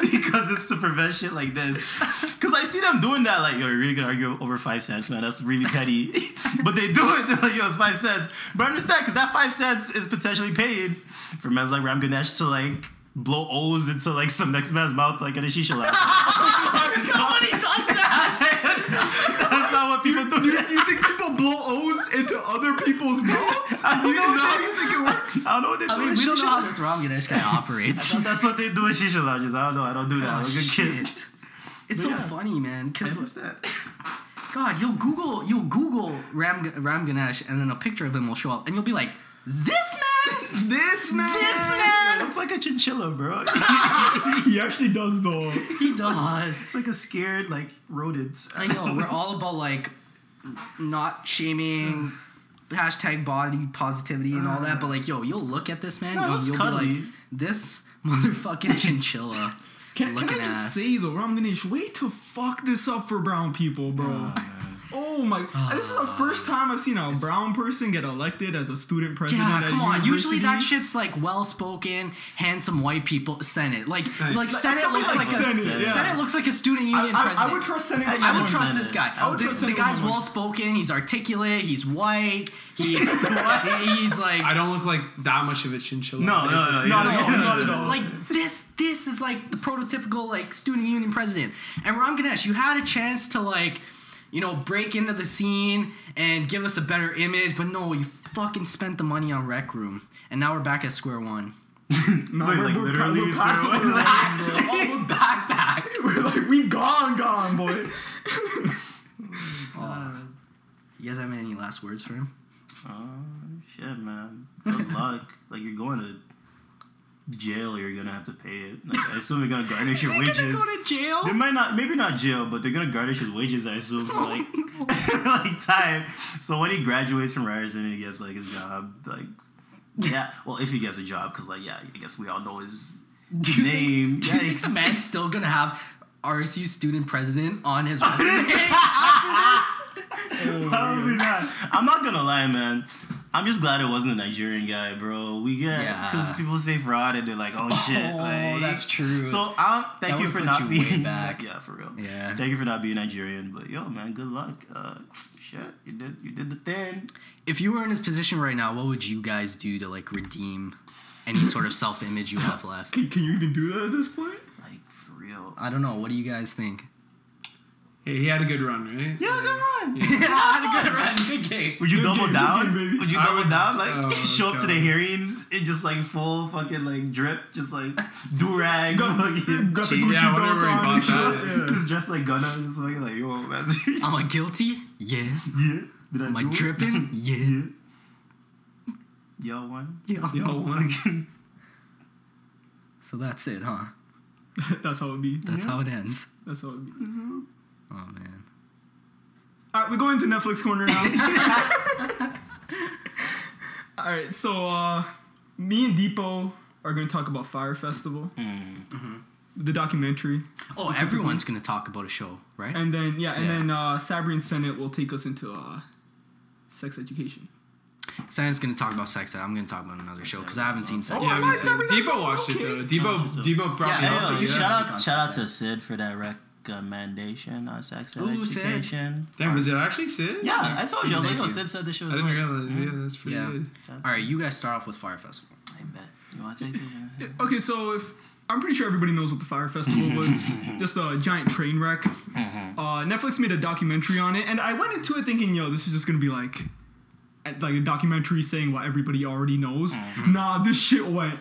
Speaker 1: Because it's to prevent shit like
Speaker 3: [LAUGHS]
Speaker 1: this. Because I see them doing that, like, yo, you're really gonna argue over five cents, man. That's really petty. [LAUGHS] but they do it, they're like, yo, it's five cents. But I understand, because that five cents is potentially paid for men's like Ram Ganesh to, like, blow O's into, like, some next man's mouth, like, at a shisha lounge.
Speaker 3: [LAUGHS] Nobody does that.
Speaker 1: [LAUGHS] That's not what people do.
Speaker 2: You, you think people blow O's into other people's mouths?
Speaker 1: [LAUGHS] I don't
Speaker 2: You-
Speaker 1: know.
Speaker 2: Is that how you think it works?
Speaker 1: I don't know what they do.
Speaker 3: [LAUGHS] I mean,
Speaker 1: in
Speaker 3: we don't
Speaker 1: shisha
Speaker 3: know how
Speaker 1: lounge.
Speaker 3: this Ram Ganesh guy [LAUGHS] operates.
Speaker 1: That's what they do in shisha lounges. I don't know. I don't do that. I'm a good kid.
Speaker 3: Oh, Shit. It's so
Speaker 1: Yeah.
Speaker 3: funny, man.
Speaker 1: I
Speaker 3: Because
Speaker 1: understand.
Speaker 3: God, you'll Google you'll Google Ram Ram Ganesh, and then a picture of him will show up, and you'll be like, "This man,
Speaker 2: This man.
Speaker 3: this man."
Speaker 1: Looks like a chinchilla, bro.
Speaker 2: [LAUGHS]
Speaker 1: [LAUGHS]
Speaker 2: He actually does though.
Speaker 3: [LAUGHS] He does.
Speaker 1: It's like a scared like rodent.
Speaker 3: I know. We're all about like not shaming. Hashtag body positivity and all that, but like, yo, you'll look at this man,
Speaker 1: No, it
Speaker 3: yo,
Speaker 1: looks
Speaker 3: you'll be
Speaker 1: cuddly.
Speaker 3: like, this motherfucking chinchilla.
Speaker 2: Can, can I
Speaker 3: Looking
Speaker 2: just
Speaker 3: ass.
Speaker 2: say though, Ram Ganesh, way to fuck this up for brown people, bro. [LAUGHS] Oh my!
Speaker 3: Ah.
Speaker 2: this is the first time I've seen a brown person get elected as a student president.
Speaker 3: Yeah,
Speaker 2: at
Speaker 3: come on. Usually
Speaker 2: university.
Speaker 3: that shit's like well spoken, handsome white people Senate. Like like Senate
Speaker 2: something
Speaker 3: looks
Speaker 2: like
Speaker 3: like, a
Speaker 2: Senate, yeah.
Speaker 3: Senate looks like a student union
Speaker 2: I, I,
Speaker 3: president.
Speaker 2: I would trust Senate.
Speaker 1: I-
Speaker 3: I would
Speaker 1: Senate.
Speaker 3: trust this guy.
Speaker 1: I would
Speaker 3: the,
Speaker 2: trust
Speaker 3: the
Speaker 2: Senate
Speaker 3: guy's
Speaker 2: woman.
Speaker 3: well spoken. He's articulate. He's white.
Speaker 2: [LAUGHS]
Speaker 3: He's he's like
Speaker 4: I don't look like that much of a chinchilla.
Speaker 1: [LAUGHS] No, no, no,
Speaker 2: No,
Speaker 1: yeah.
Speaker 2: no,
Speaker 3: no,
Speaker 2: not
Speaker 3: no,
Speaker 2: at
Speaker 3: no.
Speaker 2: all.
Speaker 3: Like this, this is like the prototypical like student union president. And Ram Ganesh, you had a chance to like, you know, break into the scene and give us a better image, but no, you fucking spent the money on Rec Room, and now we're back at square one.
Speaker 2: No,
Speaker 1: Wait,
Speaker 2: we're,
Speaker 1: like,
Speaker 2: we're,
Speaker 1: literally,
Speaker 2: we're
Speaker 1: so-
Speaker 2: past the borderline, bro.
Speaker 3: oh, we're back, back.
Speaker 2: [LAUGHS] We're like, we gone, gone, boy.
Speaker 3: You guys have any last words for him?
Speaker 1: Oh shit, man. Good luck. like you're going to jail. You're gonna have to pay it. Like, I assume they're gonna garnish your wages.
Speaker 3: to jail?
Speaker 1: They might not, maybe not jail, but they're gonna garnish his wages. I assume for like, [LAUGHS] like time. So when he graduates from Ryerson and he gets like his job, like, yeah. Well, if he gets a job, because like, yeah, I guess we all know his
Speaker 3: you think-
Speaker 1: name.
Speaker 3: Do you think the
Speaker 1: Yikes.
Speaker 3: man's still gonna have RSU student president on his resume after this?
Speaker 1: Probably not. I'm not gonna lie, man. I'm just glad it wasn't a Nigerian guy, bro. We get
Speaker 3: Yeah.
Speaker 1: because people say fraud and they're like, oh shit.
Speaker 3: Oh,
Speaker 1: like-
Speaker 3: that's true.
Speaker 1: So um, thank
Speaker 3: That
Speaker 1: you
Speaker 3: would
Speaker 1: for
Speaker 3: put
Speaker 1: not
Speaker 3: you way
Speaker 1: being [LAUGHS]
Speaker 3: back.
Speaker 1: Yeah, for real.
Speaker 3: Yeah.
Speaker 1: Thank you for not being Nigerian, but yo, man, good luck. Uh, shit, you did you did the thing.
Speaker 3: If you were in his position right now, what would you guys do to like redeem any sort of self image you have left?
Speaker 2: Can, can you even do that at this point?
Speaker 1: Like for real.
Speaker 3: [LAUGHS] I don't know. What do you guys think?
Speaker 4: Hey, he had a good run, right?
Speaker 1: Yeah, good run.
Speaker 3: I had a good [LAUGHS] run. Good game.
Speaker 1: Would you
Speaker 2: Good
Speaker 1: double
Speaker 2: game, good
Speaker 1: down?
Speaker 2: game, baby.
Speaker 1: would you
Speaker 4: I
Speaker 1: double
Speaker 4: would-
Speaker 1: down? Like
Speaker 4: oh,
Speaker 1: [LAUGHS] show up to the
Speaker 4: God.
Speaker 1: hearings and just like full fucking like drip, just like do rag,
Speaker 2: Got-
Speaker 1: fucking
Speaker 2: got the
Speaker 1: chain-
Speaker 2: Gucci
Speaker 4: Yeah,
Speaker 2: belt
Speaker 4: whatever he
Speaker 2: on and
Speaker 4: bought
Speaker 2: shit,
Speaker 4: that.
Speaker 2: yeah.
Speaker 1: just dressed like Gunna. Just fucking like yo, man. [LAUGHS]
Speaker 3: I'm like guilty. Yeah.
Speaker 1: yeah, did I
Speaker 3: Am I
Speaker 1: do it? [LAUGHS]
Speaker 3: tripping? Yeah.
Speaker 1: yeah. Y'all [LAUGHS] won.
Speaker 2: [LAUGHS]
Speaker 3: Yeah. [LAUGHS]
Speaker 4: Y'all won.
Speaker 3: So that's it, huh?
Speaker 2: [LAUGHS] That's how it be.
Speaker 3: That's how it ends.
Speaker 2: That's how it be.
Speaker 3: Oh man.
Speaker 2: All right, we go into Netflix corner now. [LAUGHS] All right, so uh, me and Depot are going to talk about Fire Festival, Mm-hmm. the documentary,
Speaker 3: Oh, everyone's gonna talk about a show, right?
Speaker 2: and then yeah, and
Speaker 3: Yeah.
Speaker 2: then uh, Sabri and Senate will take us into uh, sex education.
Speaker 3: Santa's gonna talk about sex. ed. I'm gonna talk about another show because I haven't seen sex.
Speaker 2: Oh, I
Speaker 4: Yeah, I
Speaker 3: ed.
Speaker 2: like
Speaker 4: was saying,
Speaker 2: Sabrina
Speaker 4: Debo
Speaker 2: Sabrina,
Speaker 4: watched it though.
Speaker 2: okay.
Speaker 4: Debo,
Speaker 1: Challenge yourself.
Speaker 4: Debo brought me
Speaker 3: Yeah,
Speaker 1: Hey,
Speaker 4: up.
Speaker 3: so
Speaker 1: yo,
Speaker 4: yeah.
Speaker 3: you
Speaker 1: shout
Speaker 3: should
Speaker 1: out,
Speaker 3: speak on
Speaker 1: shout out to Sid for that recommendation on sex ed
Speaker 3: Ooh, Sid.
Speaker 1: education.
Speaker 4: Damn, was it actually Sid?
Speaker 1: Yeah, I told you. I was like,
Speaker 3: Thank
Speaker 1: yo,
Speaker 3: you.
Speaker 1: Sid said the show
Speaker 4: I
Speaker 1: was
Speaker 4: didn't
Speaker 1: lit.
Speaker 4: realize. Yeah, that's pretty
Speaker 3: Yeah.
Speaker 4: good.
Speaker 3: All right, you guys start off with Fire Festival.
Speaker 1: I bet. You want to take it?
Speaker 2: Okay, so if I'm pretty sure everybody knows what the Fire Festival was, just a giant train wreck.
Speaker 1: Mm-hmm.
Speaker 2: Uh, Netflix made a documentary on it, and I went into it thinking, yo, this is just gonna be like, a- like a documentary saying what everybody already knows.
Speaker 1: Mm-hmm.
Speaker 2: Nah, this shit went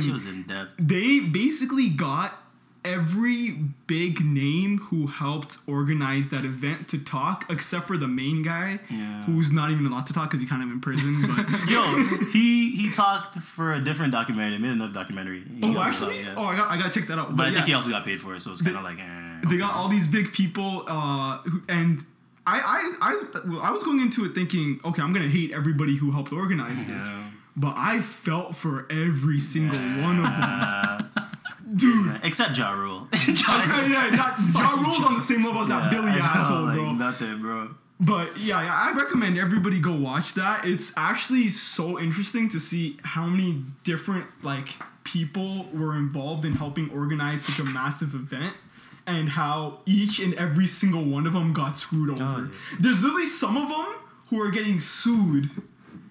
Speaker 1: [LAUGHS] She was in depth.
Speaker 2: they basically got every big name who helped organize that event to talk, except for the main guy,
Speaker 1: Yeah.
Speaker 2: who's not even allowed to talk because he's kind of in prison. But
Speaker 1: [LAUGHS]
Speaker 2: [LAUGHS]
Speaker 1: Yo, he he talked for a different documentary, made another documentary. [LAUGHS] He
Speaker 2: oh,
Speaker 1: also-
Speaker 2: actually,
Speaker 1: yeah.
Speaker 2: oh, I got I gotta check that out.
Speaker 1: but I think
Speaker 2: yeah.
Speaker 1: he also got paid for it, so it's kind of like. Eh,
Speaker 2: they
Speaker 1: okay.
Speaker 2: got all these big people uh who, and I, I I well, I was going into it thinking okay I'm gonna hate everybody who helped organize this
Speaker 1: Yeah.
Speaker 2: but I felt for every single one
Speaker 1: [LAUGHS]
Speaker 2: of them dude
Speaker 1: Except Ja Rule.
Speaker 2: [LAUGHS] yeah, yeah, that, Ja Rule's on the same level as that Billy asshole
Speaker 1: like,
Speaker 2: bro
Speaker 1: Nothing, bro.
Speaker 2: but yeah, yeah, I recommend everybody go watch that. It's actually so interesting to see how many different like people were involved in helping organize such a massive event and how each and every single one of them got screwed over.
Speaker 1: yeah.
Speaker 2: There's literally some of them who are getting sued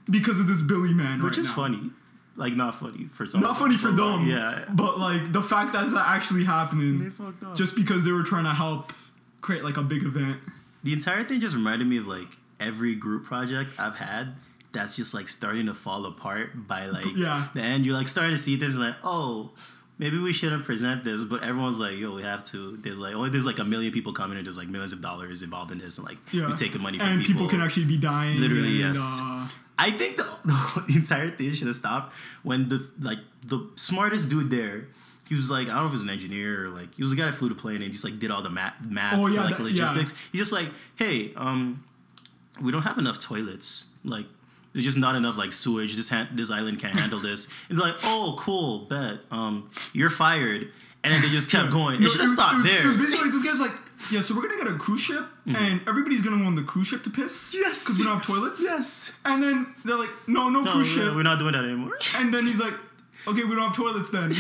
Speaker 2: because of this Billy man
Speaker 1: Which
Speaker 2: right
Speaker 1: is
Speaker 2: now.
Speaker 1: funny. Like, not funny for some.
Speaker 2: Not funny for them.
Speaker 1: Yeah.
Speaker 2: But like the fact that it's actually happening
Speaker 1: They fucked up.
Speaker 2: just because they were trying to help create like a big event.
Speaker 1: The entire thing just reminded me of like every group project I've had that's just like starting to fall apart by like
Speaker 2: Yeah.
Speaker 1: the end. You're like starting to see this like, oh, maybe we shouldn't present this, but everyone's like, yo, we have to. There's like only there's like a million people coming and there's like millions of dollars involved in this and like
Speaker 2: Yeah.
Speaker 1: we take the money from
Speaker 2: and
Speaker 1: people.
Speaker 2: people can actually be dying.
Speaker 1: Literally,
Speaker 2: and,
Speaker 1: yes.
Speaker 2: uh,
Speaker 1: I think the, [LAUGHS] the entire thing should have stopped when the like the smartest dude there. He was like, I don't know if he was an engineer or like he was the guy that flew the plane and just like did all the math, math
Speaker 2: Oh,
Speaker 1: for
Speaker 2: yeah,
Speaker 1: like
Speaker 2: that-
Speaker 1: logistics. He's just like, hey, um, we don't have enough toilets. Like, there's just not enough like sewage. This han- this island can't handle this. And they're like, oh, cool, bet. Um, you're fired. And then they just kept going. It
Speaker 2: No,
Speaker 1: should have stopped
Speaker 2: was-
Speaker 1: there. Mm-hmm.
Speaker 2: It was basically like, this guy's like, yeah, so we're gonna get a cruise ship, and everybody's gonna go on the cruise ship to piss.
Speaker 1: Yes.
Speaker 2: Because we don't have toilets.
Speaker 1: yes.
Speaker 2: And then they're like, no, no,
Speaker 1: No,
Speaker 2: cruise
Speaker 1: yeah,
Speaker 2: ship.
Speaker 1: we're not doing that anymore.
Speaker 2: and then he's like, okay, we don't have toilets
Speaker 1: [LAUGHS]
Speaker 2: then.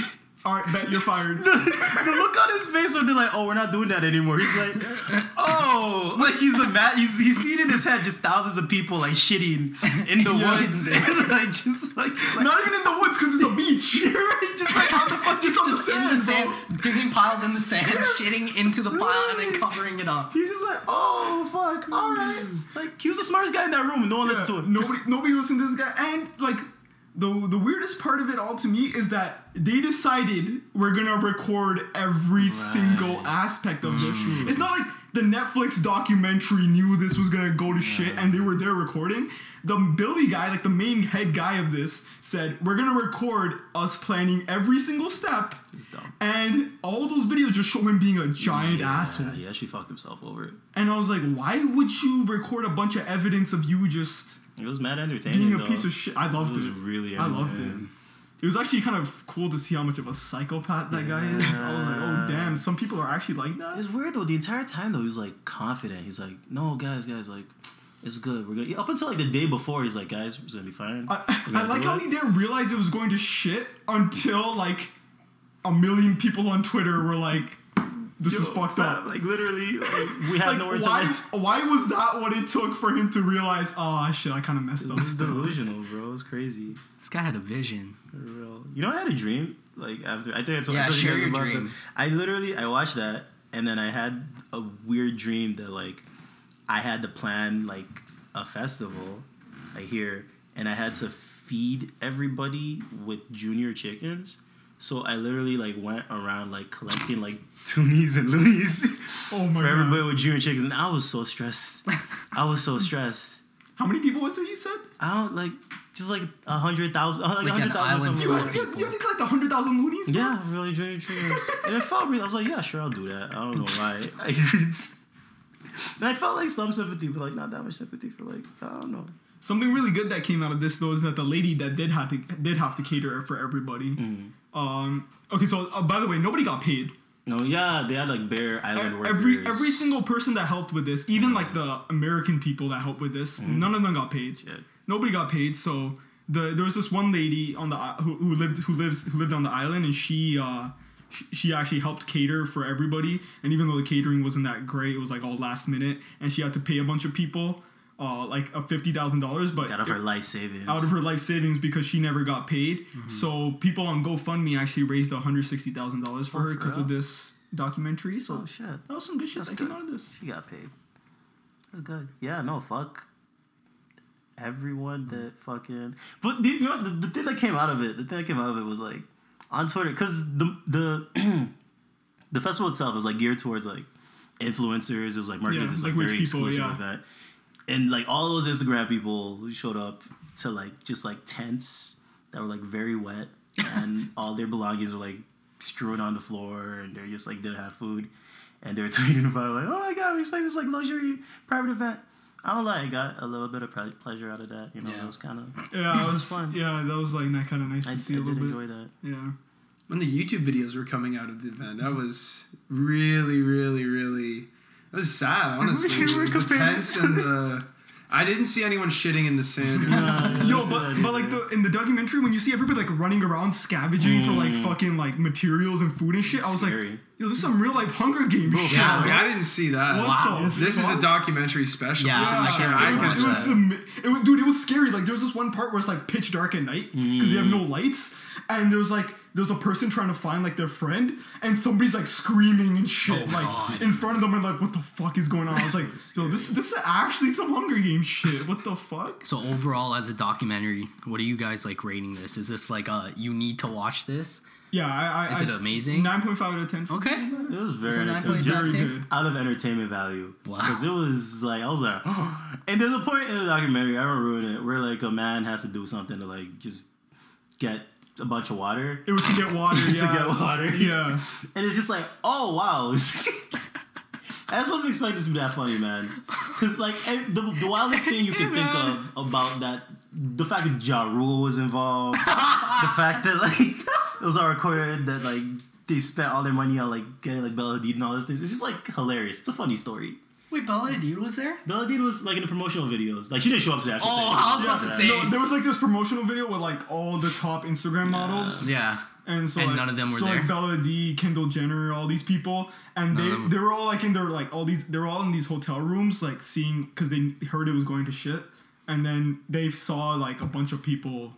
Speaker 2: All right, bet you're fired.
Speaker 1: the look on his face when they're like, "Oh, we're not doing that anymore." He's like, "Oh, like he's a man. He's he's seen in his head just thousands of people like shitting in the
Speaker 2: Yeah.
Speaker 1: woods, and, like just like, he's like [LAUGHS]
Speaker 2: Not even in the woods because it's a beach.
Speaker 1: just like on the fuck.
Speaker 2: Just on
Speaker 3: Just
Speaker 2: the
Speaker 3: in
Speaker 2: sand,
Speaker 3: the
Speaker 2: bro.
Speaker 3: sand, digging piles in the sand, shitting into the pile, and then covering it up.
Speaker 1: He's just like, "Oh, fuck, all right." Like he was the smartest guy in that room. and No one
Speaker 2: Mm. Yeah,
Speaker 1: listened to him.
Speaker 2: Nobody, nobody listened to this guy. And like, the the weirdest part of it all to me is that they decided we're gonna record every single aspect of this.
Speaker 1: Mm.
Speaker 2: It's not like the Netflix documentary knew this was gonna go to shit and they were there recording. The Billy guy, like the main head guy of this, said we're gonna record us planning every single step.
Speaker 1: He's dumb.
Speaker 2: And all those videos just show him being a giant
Speaker 1: Yeah,
Speaker 2: asshole.
Speaker 1: He actually fucked himself over.
Speaker 2: And I was like, why would you record a bunch of evidence of you just
Speaker 1: It was mad entertaining.
Speaker 2: being a
Speaker 1: though.
Speaker 2: piece of shit. I loved
Speaker 1: It was
Speaker 2: it.
Speaker 1: really
Speaker 2: I loved it.
Speaker 1: entertaining.
Speaker 2: It was actually kind of cool to see how much of a psychopath that guy is. I was like, oh
Speaker 1: Yeah.
Speaker 2: damn, some people are actually like that.
Speaker 1: It's weird though. The entire time though, he was like confident. He's like, "No, guys, guys, like, it's good. We're good." Up until like the day before, he's like, "Guys, it's gonna be fine."
Speaker 2: I,
Speaker 1: We're
Speaker 2: I
Speaker 1: gonna
Speaker 2: like
Speaker 1: do
Speaker 2: how
Speaker 1: it."
Speaker 2: he didn't realize it was going to shit until like a million people on Twitter were like, this is
Speaker 1: Yo,
Speaker 2: fucked
Speaker 1: fam,
Speaker 2: up.
Speaker 1: Like literally, like,
Speaker 2: [LAUGHS]
Speaker 1: we have
Speaker 2: Like,
Speaker 1: nowhere to
Speaker 2: why,
Speaker 1: live.
Speaker 2: why was that what it took for him to realize, oh shit, I kind of messed
Speaker 1: [LAUGHS]
Speaker 2: up
Speaker 1: It was
Speaker 2: still?
Speaker 1: delusional, bro. It was crazy.
Speaker 3: This guy had a vision.
Speaker 1: For real. You know, I had a dream. Like after I think I told, I
Speaker 3: Yeah,
Speaker 1: told you
Speaker 3: share
Speaker 1: guys
Speaker 3: your
Speaker 1: about
Speaker 3: dream.
Speaker 1: it. I literally I watched that. and then I had a weird dream that like I had to plan like a festival like here, and I had to feed everybody with junior chickens. So I literally like went around like collecting like [LAUGHS] toonies and loonies
Speaker 2: Oh my
Speaker 1: for everybody
Speaker 2: god.
Speaker 1: with junior chickens, and I was so
Speaker 3: [LAUGHS]
Speaker 1: stressed. I was so stressed.
Speaker 2: How many people was it you said?
Speaker 1: I don't like just like a hundred thousand, like,
Speaker 3: Like
Speaker 1: a
Speaker 3: an
Speaker 1: hundred thousand
Speaker 3: island
Speaker 1: something.
Speaker 2: You
Speaker 1: like
Speaker 2: had
Speaker 1: that.
Speaker 2: to get, you had to collect 100,000 loonies? bro?
Speaker 1: Yeah, really junior chickens. and it felt real. I was like, yeah, sure, I'll do that. I don't know why. [LAUGHS] Like, it's- and I felt like some sympathy, but like not that much sympathy for like I don't know.
Speaker 2: Something really good that came out of this though is that the lady that did have to did have to cater for everybody. Um. Okay. So uh, by the way, nobody got paid.
Speaker 1: No, yeah, they had like Bear Island
Speaker 2: E-
Speaker 1: workers.
Speaker 2: Every every single person that helped with this, even like the American people that helped with this, none of them got paid.
Speaker 1: Shit.
Speaker 2: Nobody got paid. So the there was this one lady on the i- who, who lived who lives who lived on the island, and she uh she, she actually helped cater for everybody. And even though the catering wasn't that great, it was like all last minute, and she had to pay a bunch of people. Uh, like a fifty thousand dollars, but
Speaker 1: out of her life savings.
Speaker 2: out of her life savings because she never got paid.
Speaker 1: Mm-hmm.
Speaker 2: So people on GoFundMe actually raised one hundred sixty thousand dollars for her
Speaker 1: Oh, for
Speaker 2: because of
Speaker 1: real?
Speaker 2: this documentary. So
Speaker 1: oh shit,
Speaker 2: that was some good shit
Speaker 1: That's
Speaker 2: that
Speaker 1: good.
Speaker 2: came out of this.
Speaker 1: [LAUGHS] she got paid. That's good. Yeah, no fuck. Everyone that fucking but the, you know what, the, the thing that came out of it, the thing that came out of it was like on Twitter because the the [CLEARS THROAT] the festival itself was like geared towards like influencers. It was like marketing
Speaker 2: Yeah,
Speaker 1: this like,
Speaker 2: like rich
Speaker 1: very
Speaker 2: people,
Speaker 1: exclusive
Speaker 2: yeah.
Speaker 1: event, and like all those Instagram people who showed up to like just like tents that were like very wet,
Speaker 2: [LAUGHS]
Speaker 1: and all their belongings were like strewn on the floor, and they're just like didn't have food, and they were [LAUGHS] tweeting about like, oh my god, we expect this like luxury private event. I don't lie, I got a little bit of ple- pleasure out of that. You know,
Speaker 3: Yeah.
Speaker 1: it was kind of
Speaker 2: Yeah, that was
Speaker 1: was fun.
Speaker 2: yeah, that was like kind of nice
Speaker 1: I, I
Speaker 2: to see
Speaker 1: did
Speaker 2: a little bit.
Speaker 1: enjoy that.
Speaker 2: Yeah,
Speaker 4: when the YouTube videos were coming out of the event, that was really, really, really. That was sad,
Speaker 3: [LAUGHS]
Speaker 4: honestly.
Speaker 1: We were
Speaker 4: the
Speaker 1: comparing
Speaker 4: tents
Speaker 1: it to
Speaker 4: and the. I didn't see anyone shitting in
Speaker 2: [LAUGHS]
Speaker 4: the sand.
Speaker 2: yo, but but like the in the documentary when you see everybody like running around scavenging for like fucking like materials and food and shit, I was like,
Speaker 1: Mm. Scary.
Speaker 2: yo, this is some real life Hunger Games shit.
Speaker 4: yeah, [LAUGHS] like,
Speaker 2: bro.
Speaker 4: I didn't see that.
Speaker 2: What the
Speaker 4: This is
Speaker 2: fuck?
Speaker 4: a documentary special.
Speaker 3: Yeah,
Speaker 2: Yeah,
Speaker 3: I can't
Speaker 4: I
Speaker 2: it
Speaker 3: really
Speaker 2: was, it
Speaker 3: watch
Speaker 4: just-
Speaker 2: was
Speaker 3: that.
Speaker 2: am- it was- dude, it was scary. Like, there's this one part where it's like pitch dark at night because they have no lights, and there's like there's a person trying to find like their friend, and somebody's like screaming and shit, like
Speaker 3: God.
Speaker 2: in front of them, and like what the fuck is going on? I was like, yo, this this is actually some Hunger Games shit. What the fuck?
Speaker 3: So overall, as a documentary, what are you guys like rating this? Is this like a you need to watch this?
Speaker 2: Yeah, I, I
Speaker 3: Is it amazing? Oh,
Speaker 2: Nine point five out of ten.
Speaker 3: Okay.
Speaker 1: It was very
Speaker 3: Is it not
Speaker 1: entertaining.
Speaker 3: like
Speaker 1: Just
Speaker 2: Very
Speaker 3: Fantastic.
Speaker 2: good.
Speaker 1: out of entertainment value.
Speaker 3: Wow.
Speaker 1: Because it was like I was like, [GASPS] and there's a point in the documentary I don't ruin it where like a man has to do something to like just get a bunch of water [LAUGHS]
Speaker 2: It was to get water.
Speaker 1: to
Speaker 2: yeah.
Speaker 1: get water.
Speaker 2: Yeah.
Speaker 1: And it's just like, oh wow. [LAUGHS] I just wasn't expecting this to be that funny, man. Because like eh, the, the wildest thing you
Speaker 3: [LAUGHS]
Speaker 1: can think of about that, the fact that Ja Rule was involved, the
Speaker 3: [LAUGHS]
Speaker 1: fact that like [LAUGHS] it was all recorded, that like they spent all their money on like getting like Bella Hadid and all those things. It's just like hilarious. It's a funny story.
Speaker 3: Wait, Bella Hadid was there?
Speaker 1: Bella Hadid was like in the promotional videos. Like she didn't show up to the actual
Speaker 3: Oh,
Speaker 1: thing.
Speaker 3: I was about to
Speaker 1: Yeah.
Speaker 3: say.
Speaker 2: No, there was like this promotional video with like all the top Instagram models.
Speaker 3: Yeah.
Speaker 2: And so
Speaker 3: And
Speaker 2: like,
Speaker 3: none of them were
Speaker 2: so
Speaker 3: there?
Speaker 2: like Bella D, Kendall Jenner, all these people, and
Speaker 3: of them-
Speaker 2: they they were all like in their like all these they were all in these hotel rooms like seeing because they heard it was going to shit, and then they saw like a bunch of people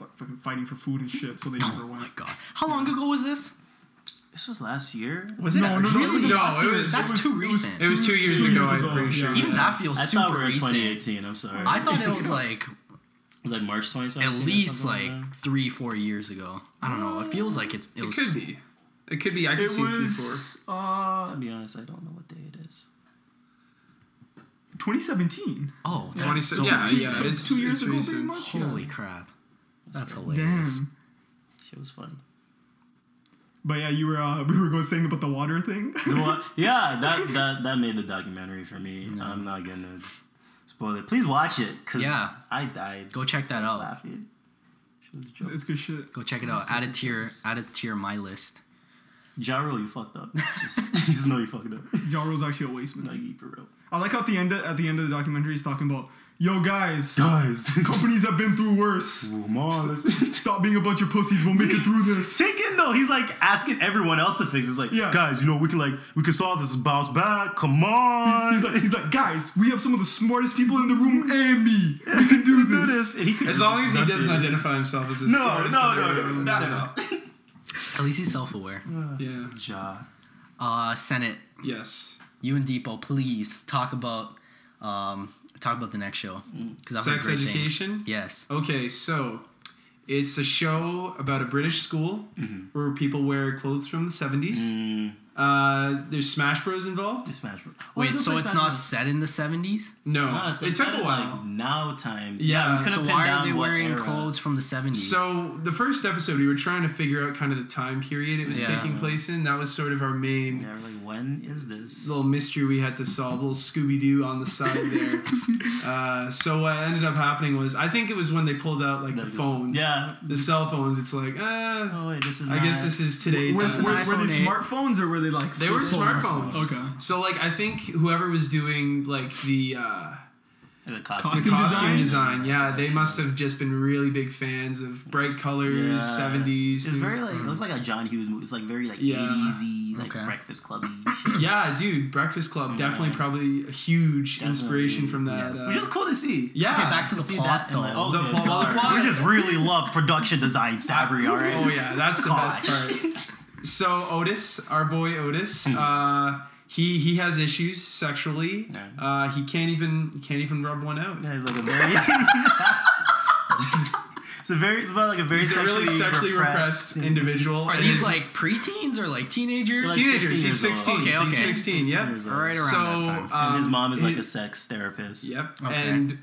Speaker 2: f- fucking fighting for food and shit, so they never
Speaker 3: [LAUGHS] Oh my
Speaker 2: went.
Speaker 3: god. How long ago was this?
Speaker 1: This was last year.
Speaker 4: Was it
Speaker 2: No, no, no, it was
Speaker 4: actually?
Speaker 2: the last
Speaker 4: No, it
Speaker 2: year.
Speaker 4: was.
Speaker 3: That's
Speaker 2: It was-
Speaker 3: too
Speaker 2: it was-
Speaker 3: recent.
Speaker 4: It was two years
Speaker 2: Two
Speaker 4: ago.
Speaker 2: years
Speaker 4: I'm
Speaker 2: ago,
Speaker 4: pretty sure.
Speaker 2: yeah.
Speaker 3: Even that feels
Speaker 1: I
Speaker 3: super
Speaker 1: thought we were in
Speaker 3: recent.
Speaker 1: 2018. I'm sorry.
Speaker 3: I
Speaker 1: it
Speaker 3: thought it was like
Speaker 1: was like March 2017.
Speaker 3: at
Speaker 1: or
Speaker 3: least
Speaker 1: something
Speaker 3: like
Speaker 1: that.
Speaker 3: three, four years ago. I don't know. It feels like it's, it
Speaker 4: It
Speaker 3: was.
Speaker 4: could be. It could be. I could
Speaker 2: It
Speaker 4: see three, four.
Speaker 2: was uh
Speaker 1: To be honest, I don't know what day it is.
Speaker 2: 2017.
Speaker 3: Oh, that's
Speaker 4: 26
Speaker 3: so
Speaker 4: yeah,
Speaker 3: recent.
Speaker 4: yeah, it's
Speaker 2: two years
Speaker 4: it's
Speaker 2: ago, pretty
Speaker 4: recent.
Speaker 2: much.
Speaker 3: Holy
Speaker 2: yeah.
Speaker 3: crap. That's hilarious.
Speaker 2: damn!
Speaker 1: Shit was fun.
Speaker 2: But yeah, you were uh, [LAUGHS] we were going saying about the water thing. [LAUGHS]
Speaker 1: yeah, that, that that made the documentary for me. I'm not gonna spoil it. Please watch it, cause
Speaker 3: Yeah.
Speaker 1: I died.
Speaker 3: Go check that out.
Speaker 1: Laughing. She was jokes.
Speaker 2: it's good shit.
Speaker 3: Go check it out. Add it to your add it to your my list.
Speaker 1: Ja Rule, you fucked up. Just, just know you fucked up.
Speaker 2: Jaro's actually a waste man.
Speaker 1: Like, for real.
Speaker 2: I like how at the end of, at the end of the documentary he's talking about yo guys.
Speaker 1: [LAUGHS] Guys,
Speaker 2: Companies have been through worse.
Speaker 1: come on, listen.
Speaker 2: [LAUGHS] Stop being a bunch of pussies. We'll make it through
Speaker 1: [LAUGHS]
Speaker 2: this.
Speaker 1: Taken though, he's like asking everyone else to fix. it. It's like,
Speaker 2: Yeah.
Speaker 1: guys, you know, we can like we can solve this. Bounce back. Come on.
Speaker 2: He's like, he's like, guys, we have some of the smartest people in the room and me. We can
Speaker 1: [LAUGHS]
Speaker 2: do
Speaker 1: do
Speaker 2: this.
Speaker 1: this, and he could
Speaker 4: As
Speaker 1: do
Speaker 4: long
Speaker 1: this.
Speaker 4: as he doesn't identify himself as a
Speaker 1: No, no, no, no, no, no.
Speaker 3: At least he's self aware.
Speaker 4: Yeah.
Speaker 1: Ja.
Speaker 3: uh, Senate,
Speaker 4: Yes.
Speaker 3: you and Depot, please talk about um, talk about the next show because I've
Speaker 4: Sex
Speaker 3: heard great things.
Speaker 4: education?
Speaker 3: Yes.
Speaker 4: Okay, so it's a show about a British school
Speaker 1: Mm-hmm.
Speaker 4: where people wear clothes from the 70s.
Speaker 1: Mm.
Speaker 4: Uh, there's Smash Bros involved?
Speaker 1: It's Smash Bros. Oh,
Speaker 3: Wait,
Speaker 1: don't
Speaker 3: so
Speaker 1: play
Speaker 3: it's
Speaker 1: Smash
Speaker 3: not
Speaker 1: Bros.
Speaker 3: set in the seventies?
Speaker 4: No.
Speaker 1: Ah, so
Speaker 4: it
Speaker 1: it's
Speaker 4: took
Speaker 1: kinda
Speaker 4: a while.
Speaker 1: Like now time.
Speaker 4: Yeah,
Speaker 1: we couldn't
Speaker 3: So
Speaker 1: pin
Speaker 3: why
Speaker 1: down
Speaker 3: are they
Speaker 1: what
Speaker 3: wearing
Speaker 1: era.
Speaker 3: clothes from the seventies?
Speaker 4: So the first episode, we were trying to figure out kind of the time period it was
Speaker 3: Yeah.
Speaker 4: taking place in. That was sort of our main
Speaker 1: Yeah, we're like, when is this?
Speaker 4: little mystery we had to solve. Little Scooby Doo on
Speaker 1: [LAUGHS]
Speaker 4: the side there. uh, so what ended up happening was, I think it was when they pulled out like the
Speaker 1: That is-
Speaker 4: phones,
Speaker 1: Yeah.
Speaker 4: the cell phones. It's like, uh,
Speaker 1: Oh wait, this is.
Speaker 4: I
Speaker 1: not,
Speaker 4: guess this is today's.
Speaker 2: Were, were,
Speaker 3: That's an
Speaker 4: time.
Speaker 2: were they
Speaker 3: iPhone eight.
Speaker 2: smartphones or were they like
Speaker 4: They were
Speaker 2: flip phones?
Speaker 4: smartphones.
Speaker 2: Okay.
Speaker 4: So like, I think whoever was doing like the. Uh,
Speaker 1: the costume.
Speaker 2: Costume design?
Speaker 4: costume design. Yeah, they must have just been really big fans of bright
Speaker 1: Yeah.
Speaker 4: colors, seventies.
Speaker 1: It's very like it looks like a John Hughes movie. It's like very like
Speaker 4: Yeah.
Speaker 1: 80s like
Speaker 3: Okay.
Speaker 1: Breakfast Clubby
Speaker 4: [LAUGHS]
Speaker 1: shit.
Speaker 4: yeah, dude. Breakfast Club definitely probably a huge
Speaker 1: Definitely.
Speaker 4: inspiration from that. Yeah, uh,
Speaker 1: Which is cool to see.
Speaker 4: yeah.
Speaker 3: okay, back to the
Speaker 1: See
Speaker 3: plot
Speaker 1: that and
Speaker 3: though.
Speaker 1: like, oh,
Speaker 4: The
Speaker 1: okay,
Speaker 4: plot-
Speaker 1: sorry.
Speaker 4: the plot.
Speaker 1: We just really love production design, Sabri. All right.
Speaker 4: [LAUGHS] [LAUGHS] Oh yeah, that's the best
Speaker 1: Gosh.
Speaker 4: part. So Otis, our boy Otis, uh, he he has issues sexually.
Speaker 1: Yeah.
Speaker 4: Uh, he can't even can't even rub one out.
Speaker 1: Yeah, it's like a very. [LAUGHS] it's a very. It's about like a very
Speaker 4: He's a
Speaker 1: sexually
Speaker 4: really sexually
Speaker 1: repressed
Speaker 4: repressed, individual.
Speaker 3: Are
Speaker 4: and
Speaker 3: these
Speaker 4: his-
Speaker 3: like preteens or like teenagers?
Speaker 1: Like,
Speaker 4: teenagers?
Speaker 1: 15
Speaker 4: He's
Speaker 1: years old.
Speaker 4: sixteen.
Speaker 3: Okay,
Speaker 4: He's
Speaker 3: okay.
Speaker 4: sixteen. Yep.
Speaker 1: years old.
Speaker 3: right around that
Speaker 4: so
Speaker 3: time.
Speaker 1: and his
Speaker 4: um,
Speaker 1: mom is
Speaker 4: it-
Speaker 1: like a sex therapist.
Speaker 4: Yep.
Speaker 3: Okay.
Speaker 4: And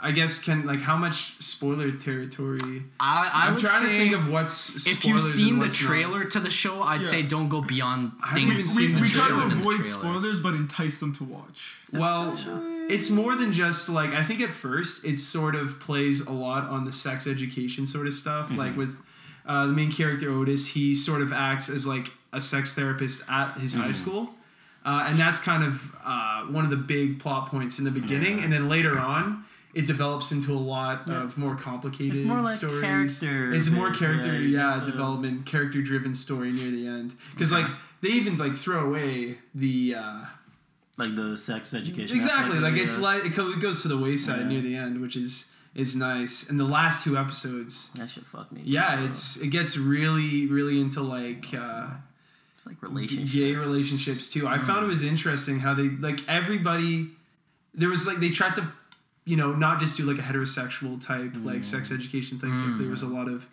Speaker 4: I guess can like how much spoiler territory?
Speaker 3: I, I
Speaker 4: I'm
Speaker 3: would
Speaker 4: trying to
Speaker 3: say
Speaker 4: think of what's
Speaker 3: if you've
Speaker 4: spoilers
Speaker 3: seen
Speaker 4: and
Speaker 3: the
Speaker 4: what's not.
Speaker 3: trailer to the show, I'd
Speaker 2: Yeah.
Speaker 3: say don't go beyond
Speaker 4: haven't even
Speaker 3: things.
Speaker 4: seen
Speaker 2: We,
Speaker 4: the
Speaker 2: we
Speaker 4: show
Speaker 2: try to
Speaker 4: in
Speaker 3: the
Speaker 2: avoid
Speaker 3: trailer.
Speaker 2: spoilers, but entice them to watch.
Speaker 4: Well,
Speaker 1: Essentially-
Speaker 4: it's more than just like I think at first it sort of plays a lot on the sex education sort of stuff.
Speaker 1: Mm-hmm.
Speaker 4: Like with uh, the main character Otis, he sort of acts as like a sex therapist at his
Speaker 1: Mm-hmm.
Speaker 4: high school, uh, and that's kind of uh, one of the big plot points in the beginning. And then later on, it develops into a lot of more complicated.
Speaker 1: It's more like
Speaker 4: stories.
Speaker 1: character
Speaker 4: It's more
Speaker 1: based,
Speaker 4: character,
Speaker 1: right?
Speaker 4: yeah,
Speaker 1: It's uh, a-
Speaker 4: development, character-driven story near the end. Because like they even like throw away the. Uh,
Speaker 1: Like the sex education. aspect
Speaker 4: Exactly.
Speaker 1: of
Speaker 4: Like
Speaker 1: it,
Speaker 4: it's
Speaker 1: yeah.
Speaker 4: like it co- it goes to the wayside
Speaker 1: Yeah.
Speaker 4: near the end, which is is nice. And the last two episodes,
Speaker 1: that should fuck me.
Speaker 4: yeah,
Speaker 1: bro.
Speaker 4: it's it gets really really into like uh,
Speaker 1: it's like relationships.
Speaker 4: gay relationships too. I found it was interesting how they like everybody. There was like they tried to, you know, not just do like a heterosexual type
Speaker 1: Mm.
Speaker 4: like sex education thing. Like, there was a lot of.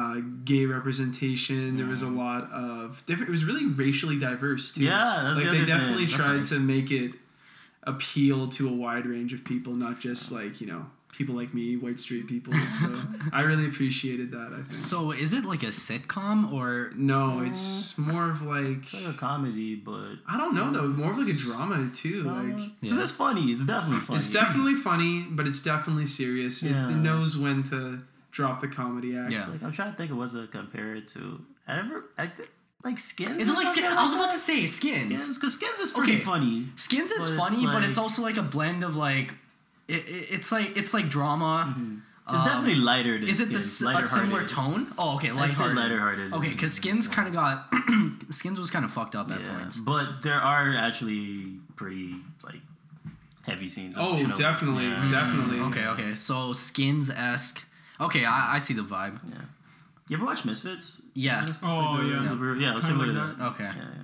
Speaker 4: Uh, gay representation. There was
Speaker 1: Mm.
Speaker 4: a lot of different. It was really racially diverse too.
Speaker 1: Yeah, that's
Speaker 4: like
Speaker 1: the
Speaker 4: they
Speaker 1: other thing.
Speaker 4: definitely
Speaker 1: That's
Speaker 4: tried
Speaker 3: nice.
Speaker 4: to make it appeal to a wide range of people, not just like you know people like me, white straight people.
Speaker 1: [LAUGHS]
Speaker 4: So I really appreciated that. I think.
Speaker 3: So is it like a sitcom or
Speaker 4: No, it's more of like
Speaker 1: It's like a comedy, but
Speaker 4: I don't know though, more of like a drama too. Like
Speaker 1: because it's funny. It's definitely funny.
Speaker 4: it's definitely funny, but it's definitely serious. It, it
Speaker 1: Yeah.
Speaker 4: knows when to drop the comedy act.
Speaker 3: Yeah.
Speaker 1: Like I'm trying to think of what's to compare it to. I never I thi- like skins.
Speaker 3: is it
Speaker 1: or
Speaker 3: like
Speaker 1: something
Speaker 3: skins? I was about to say skins.
Speaker 1: skins because skins is pretty
Speaker 3: Okay.
Speaker 1: funny.
Speaker 3: Skins
Speaker 1: But
Speaker 3: is
Speaker 1: it's
Speaker 3: funny, but
Speaker 1: like-
Speaker 3: it's also like a blend of like it, it, it's like it's like drama.
Speaker 1: Mm-hmm. It's
Speaker 3: Um,
Speaker 1: definitely lighter than
Speaker 3: Is it
Speaker 1: skins.
Speaker 3: this a similar
Speaker 1: lighter-hearted.
Speaker 3: tone? Oh, okay,
Speaker 1: I'd say
Speaker 3: lighthearted.
Speaker 1: lighter-hearted.
Speaker 3: Okay, because Skins kind of got [CLEARS THROAT] Skins was kind of fucked up at
Speaker 1: Yeah,
Speaker 3: points.
Speaker 1: but there are actually pretty like heavy scenes.
Speaker 4: Oh,
Speaker 1: emotional-
Speaker 4: definitely,
Speaker 1: Yeah. Mm-hmm.
Speaker 4: definitely.
Speaker 3: Okay, okay, so Skins esque. Okay, I, I see the vibe.
Speaker 1: yeah. You ever watch Misfits?
Speaker 3: Yeah.
Speaker 1: It's
Speaker 2: Oh,
Speaker 1: the-
Speaker 2: yeah.
Speaker 1: it's a real- yeah, it was
Speaker 2: Kinda
Speaker 1: similar
Speaker 2: like
Speaker 1: to that.
Speaker 3: Okay.
Speaker 1: Yeah, yeah.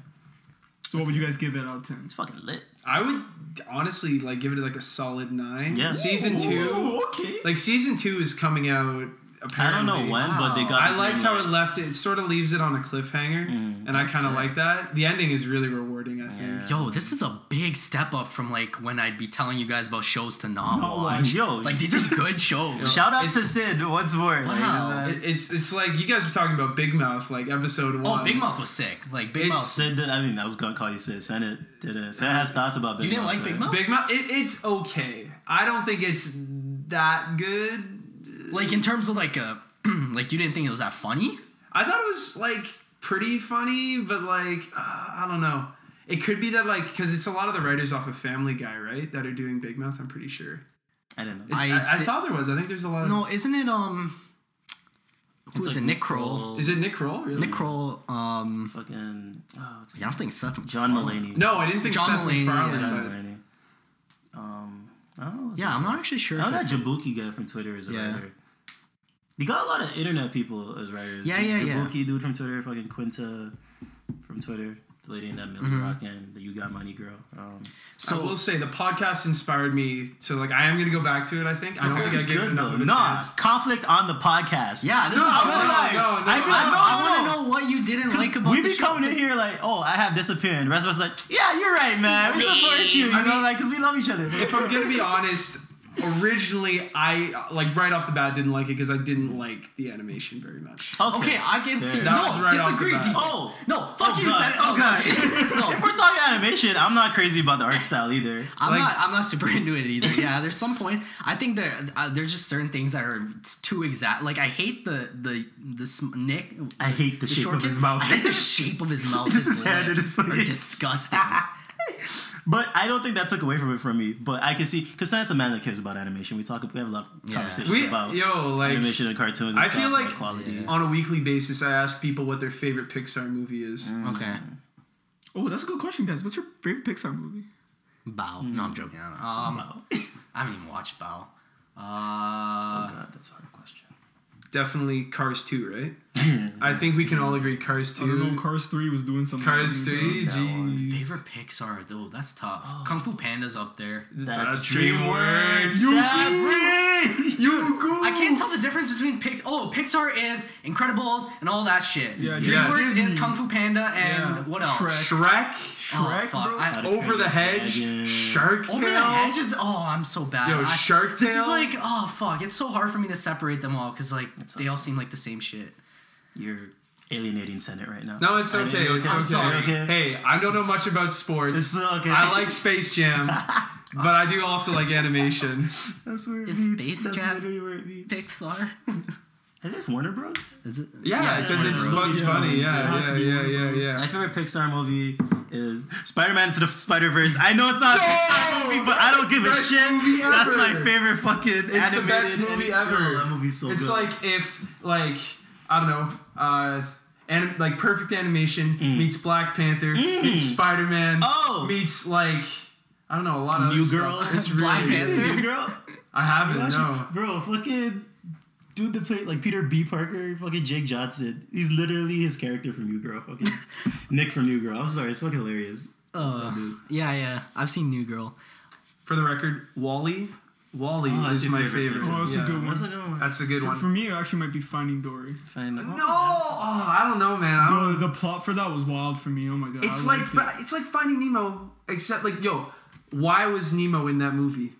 Speaker 2: So what would you guys give it out of ten?
Speaker 1: It's fucking lit.
Speaker 4: I would honestly like give it like a solid nine.
Speaker 1: Yeah.
Speaker 4: Season two,
Speaker 2: Ooh, okay.
Speaker 4: like season two is coming out.
Speaker 1: I
Speaker 4: Apparently,
Speaker 1: don't know when, but they
Speaker 3: Wow.
Speaker 1: got.
Speaker 4: I liked how it left it. It sort of leaves it on a cliffhanger, and I kind of
Speaker 3: it.
Speaker 4: like that. The ending is really rewarding. I think.
Speaker 1: Yeah.
Speaker 3: Yo, this is a big step up from like when I'd be telling you guys about shows to not,
Speaker 2: Not
Speaker 3: watch.
Speaker 2: watch.
Speaker 1: Yo,
Speaker 3: Like these
Speaker 1: [LAUGHS]
Speaker 3: are good shows.
Speaker 1: shout out to Sid once more. Like,
Speaker 3: Wow.
Speaker 1: this man-
Speaker 4: It- it's it's like you guys were talking about Big Mouth, like episode one.
Speaker 3: Oh, Big Mouth was sick. Like Big
Speaker 4: It's-
Speaker 3: Mouth.
Speaker 1: Oh, Sid did. I mean, I was gonna call you Sid. Senate did it. Senate has thoughts about Big
Speaker 3: You didn't
Speaker 1: Mouth,
Speaker 3: like Big
Speaker 1: right?
Speaker 3: Mouth?
Speaker 4: Big Mouth. It, it's okay. I don't think it's that good.
Speaker 3: Like in terms of like a [CLEARS THROAT] like you didn't think it was that funny?
Speaker 4: I thought it was like pretty funny, but like uh, I don't know. It could be that like because it's a lot of the writers off of Family Guy, right? That are doing Big Mouth. I'm pretty sure.
Speaker 1: I don't know.
Speaker 4: It's,
Speaker 3: I
Speaker 4: I, I,
Speaker 3: thi-
Speaker 4: thought there was. I think there's a lot. Of,
Speaker 3: No, isn't it um who is
Speaker 1: like
Speaker 3: it? Nick Kroll.
Speaker 4: Is it Nick Kroll? Really?
Speaker 3: Nick Kroll, um
Speaker 1: Fucking. Oh, what's his
Speaker 3: yeah, I don't think Seth
Speaker 1: John Mulaney.
Speaker 4: No, I didn't think
Speaker 3: John
Speaker 4: Seth
Speaker 3: Mulaney,
Speaker 4: MacFarlane.
Speaker 3: yeah.
Speaker 1: John
Speaker 4: but-
Speaker 1: Mulaney. Um, I don't know.
Speaker 3: Yeah, I'm not actually sure
Speaker 1: I
Speaker 3: if
Speaker 1: know that
Speaker 3: it's
Speaker 1: Jabuki guy from Twitter is a
Speaker 3: Yeah.
Speaker 1: writer. You got a lot of internet people as writers.
Speaker 3: Yeah,
Speaker 1: J-
Speaker 3: yeah, yeah.
Speaker 1: Jabuki dude from Twitter, fucking Quinta from Twitter. lady in that Millie
Speaker 3: Mm-hmm.
Speaker 1: Rock and the You Got Money girl. Um,
Speaker 4: So I will say the podcast inspired me to like. I am gonna go back to it. I think. I
Speaker 1: this
Speaker 4: don't
Speaker 1: is
Speaker 4: think I gave it
Speaker 1: good
Speaker 4: enough
Speaker 1: though.
Speaker 4: of a
Speaker 1: Nah,
Speaker 4: chance.
Speaker 1: conflict on the podcast.
Speaker 3: Yeah, this
Speaker 4: No,
Speaker 3: is
Speaker 4: I
Speaker 3: good.
Speaker 4: wanna
Speaker 3: I,
Speaker 4: like- no, no,
Speaker 1: I'd be
Speaker 4: I-
Speaker 1: like, no,
Speaker 4: I
Speaker 1: no.
Speaker 3: want to know what you didn't
Speaker 1: Because
Speaker 3: like about
Speaker 1: we
Speaker 3: the
Speaker 1: be
Speaker 3: show.
Speaker 1: coming in here like, oh, I have this opinion. The rest of us like, yeah, you're right, man. We support you. You
Speaker 4: I
Speaker 1: know,
Speaker 4: mean-
Speaker 1: like, because we love each other. [LAUGHS]
Speaker 4: if I'm gonna be honest, originally I like right off the bat didn't like it because I didn't like the animation very much.
Speaker 3: Okay, I can see.
Speaker 1: That
Speaker 4: was
Speaker 3: No,
Speaker 4: right off the
Speaker 3: disagree.
Speaker 4: bat.
Speaker 3: Deepo.
Speaker 1: Oh.
Speaker 3: no, fuck
Speaker 1: Oh,
Speaker 3: you.
Speaker 1: God.
Speaker 3: said it.
Speaker 1: Oh, God.
Speaker 3: okay.
Speaker 1: If [LAUGHS]
Speaker 3: [LAUGHS] No,
Speaker 1: we're talking animation, I'm not crazy about the
Speaker 3: [LAUGHS]
Speaker 1: art style either.
Speaker 3: I'm
Speaker 4: Like-
Speaker 3: not. I'm not super into it either. Yeah, there's some point. I think there uh, there's just certain things that are too exact. Like I hate the the the sm- Nick.
Speaker 1: I hate the, shape
Speaker 3: short
Speaker 1: of his
Speaker 3: kid-
Speaker 1: mouth.
Speaker 3: I hate the shape of his mouth.
Speaker 1: Just
Speaker 3: his
Speaker 1: his hand in
Speaker 3: lips
Speaker 1: his
Speaker 3: are
Speaker 1: face.
Speaker 3: disgusting.
Speaker 1: But I don't think that took away from it from me. But I can see because that's a man that cares about animation. We talk, we have a lot of
Speaker 3: Yeah.
Speaker 1: conversations
Speaker 4: We
Speaker 1: about
Speaker 4: yo like
Speaker 1: animation and cartoons. And
Speaker 4: I
Speaker 1: stuff,
Speaker 4: feel
Speaker 1: and
Speaker 4: like-
Speaker 1: quality.
Speaker 3: Yeah.
Speaker 4: on a weekly basis. I ask people what their favorite Pixar movie is.
Speaker 1: Mm.
Speaker 3: Okay.
Speaker 2: Oh, that's a good question, guys. What's your favorite Pixar movie?
Speaker 3: Bow. No, I'm joking. I don't- Um,
Speaker 1: Wow.
Speaker 3: I haven't even watched Bow. Uh,
Speaker 1: God, that's a hard question.
Speaker 4: Definitely Cars Two, right?
Speaker 1: [LAUGHS]
Speaker 4: I think we can all agree Cars
Speaker 2: I don't
Speaker 4: Two.
Speaker 2: know. Cars three was doing something.
Speaker 4: Cars Three,
Speaker 1: that one.
Speaker 4: jeez.
Speaker 3: favorite Pixar though. That's tough. Kung Fu Panda's up there.
Speaker 1: That's,
Speaker 4: That's
Speaker 1: DreamWorks.
Speaker 4: DreamWorks.
Speaker 1: Separate.
Speaker 2: You go.
Speaker 3: I can't tell the difference between Pix. Oh, Pixar is Incredibles and all that shit.
Speaker 2: Yeah,
Speaker 3: DreamWorks
Speaker 2: Disney.
Speaker 3: is Kung Fu Panda and
Speaker 2: Yeah.
Speaker 3: what else?
Speaker 2: Shrek.
Speaker 4: Shrek,
Speaker 3: Oh,
Speaker 2: Shrek,
Speaker 3: fuck.
Speaker 2: bro.
Speaker 3: I-
Speaker 4: Over the Hedge,
Speaker 1: Dragon.
Speaker 4: Shark Tale.
Speaker 3: over the hedge is oh, I'm so bad.
Speaker 4: Yo,
Speaker 3: I-
Speaker 4: Shark
Speaker 3: This is
Speaker 4: Tale.
Speaker 3: like oh fuck. It's so hard for me to separate them all because like they all seem like the same shit.
Speaker 1: You're alienating Senate right now.
Speaker 4: No, it's
Speaker 1: I didn't
Speaker 4: okay.
Speaker 1: know
Speaker 4: It's
Speaker 1: that.
Speaker 4: okay.
Speaker 3: sorry.
Speaker 1: Okay.
Speaker 4: Hey, I don't know much about sports.
Speaker 1: It's okay.
Speaker 4: I like
Speaker 1: [LAUGHS]
Speaker 4: Space Jam, but I do also like animation.
Speaker 1: That's where it
Speaker 3: It's
Speaker 1: meets.
Speaker 3: Space
Speaker 1: That's
Speaker 3: Jam.
Speaker 1: literally where it meets.
Speaker 3: Pixar.
Speaker 1: Is this Warner Bros?
Speaker 3: is it?
Speaker 4: Yeah, because
Speaker 3: Warner
Speaker 4: it's
Speaker 3: Bros.
Speaker 4: Bugs
Speaker 2: Yeah,
Speaker 4: Bunny.
Speaker 2: it has
Speaker 4: Yeah, yeah,
Speaker 2: to be
Speaker 4: yeah,
Speaker 2: Warner
Speaker 4: yeah,
Speaker 2: Bros.
Speaker 4: yeah.
Speaker 1: My favorite Pixar movie is Spider-Man to the Spider-Verse. I know it's not a Pixar movie, but I don't give a
Speaker 4: Best
Speaker 1: shit.
Speaker 4: movie
Speaker 1: That's
Speaker 4: ever.
Speaker 1: my favorite fucking
Speaker 4: the
Speaker 1: animated
Speaker 4: best movie
Speaker 1: any-
Speaker 4: ever.
Speaker 1: Oh, that movie's so
Speaker 4: it's
Speaker 1: good.
Speaker 4: like if like I don't know, uh, anim- like Perfect Animation meets Black Panther meets Spider Man
Speaker 1: Hmm. Oh!
Speaker 4: meets like I don't know a lot of
Speaker 1: New
Speaker 4: other
Speaker 1: Girl.
Speaker 4: Stuff. It's
Speaker 3: Black
Speaker 4: really
Speaker 1: You seen
Speaker 3: Panther.
Speaker 1: New Girl?
Speaker 4: I haven't no.
Speaker 1: Bro, fucking dude that played like Peter B. Parker, fucking Jake Johnson. He's literally his character from New Girl.
Speaker 4: [LAUGHS]
Speaker 1: Fucking Nick from New Girl. I'm sorry, it's fucking hilarious.
Speaker 3: Uh, yeah, yeah. I've seen New Girl.
Speaker 4: For the record, Wally, Wally
Speaker 1: Oh, that's
Speaker 4: is
Speaker 1: your
Speaker 4: my
Speaker 1: favorite
Speaker 4: favorite.
Speaker 1: Pixar.
Speaker 2: Oh, that's a
Speaker 4: Yeah.
Speaker 2: good one.
Speaker 1: That's a good one.
Speaker 4: That's a good
Speaker 2: For,
Speaker 4: one.
Speaker 2: for me, it actually might be Finding Dory.
Speaker 1: Fine.
Speaker 4: No, oh, I don't know, man. I
Speaker 2: The,
Speaker 4: don't.
Speaker 2: the plot for that was wild for me. Oh my god.
Speaker 4: It's
Speaker 2: I
Speaker 4: like,
Speaker 2: liked it.
Speaker 4: but it's like Finding Nemo, except like, yo, why was Nemo in that movie?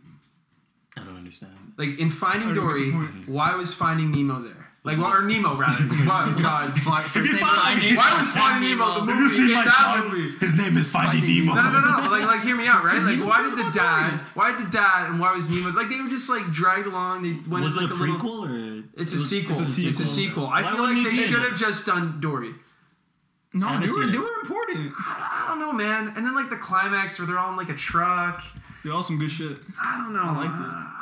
Speaker 1: I don't understand.
Speaker 4: Like in Finding
Speaker 2: I don't get the
Speaker 4: Dory,
Speaker 2: point.
Speaker 4: why was Finding Nemo there? Like, well, or
Speaker 2: [LAUGHS]
Speaker 4: Nemo rather. Why, God,
Speaker 3: Fuck, first name
Speaker 1: follow
Speaker 3: Finding-
Speaker 1: me-
Speaker 4: why was
Speaker 3: Finding
Speaker 4: Finding Nemo the
Speaker 3: Nemo.
Speaker 1: Have you
Speaker 4: movie?
Speaker 1: seen
Speaker 4: in
Speaker 1: my
Speaker 4: that
Speaker 1: son?
Speaker 4: movie?
Speaker 1: His name is Finding,
Speaker 3: Finding
Speaker 1: Nemo.
Speaker 4: No, no, no, no. Like, like, hear me out, right? Like,
Speaker 2: Nemo
Speaker 4: why
Speaker 2: cares
Speaker 4: did the
Speaker 2: about
Speaker 4: dad? Why did the dad? And why was Nemo? Like, they were just like dragged along. They went
Speaker 1: Was it
Speaker 4: like
Speaker 1: a
Speaker 4: a little-
Speaker 1: prequel or
Speaker 4: It's a,
Speaker 1: it was-
Speaker 4: sequel.
Speaker 2: it's a
Speaker 4: It's a sequel. I
Speaker 1: Why
Speaker 4: feel
Speaker 1: wouldn't
Speaker 4: like
Speaker 1: he
Speaker 4: they
Speaker 1: do
Speaker 4: should
Speaker 1: that?
Speaker 4: have just done Dory.
Speaker 1: I
Speaker 2: no,
Speaker 1: haven't
Speaker 2: they
Speaker 1: seen
Speaker 2: were,
Speaker 1: it.
Speaker 2: they were important.
Speaker 4: I don't know, man. And then like the climax where they're all in like a truck.
Speaker 2: They all some good shit.
Speaker 4: I don't know.
Speaker 2: I liked it.
Speaker 4: Ah.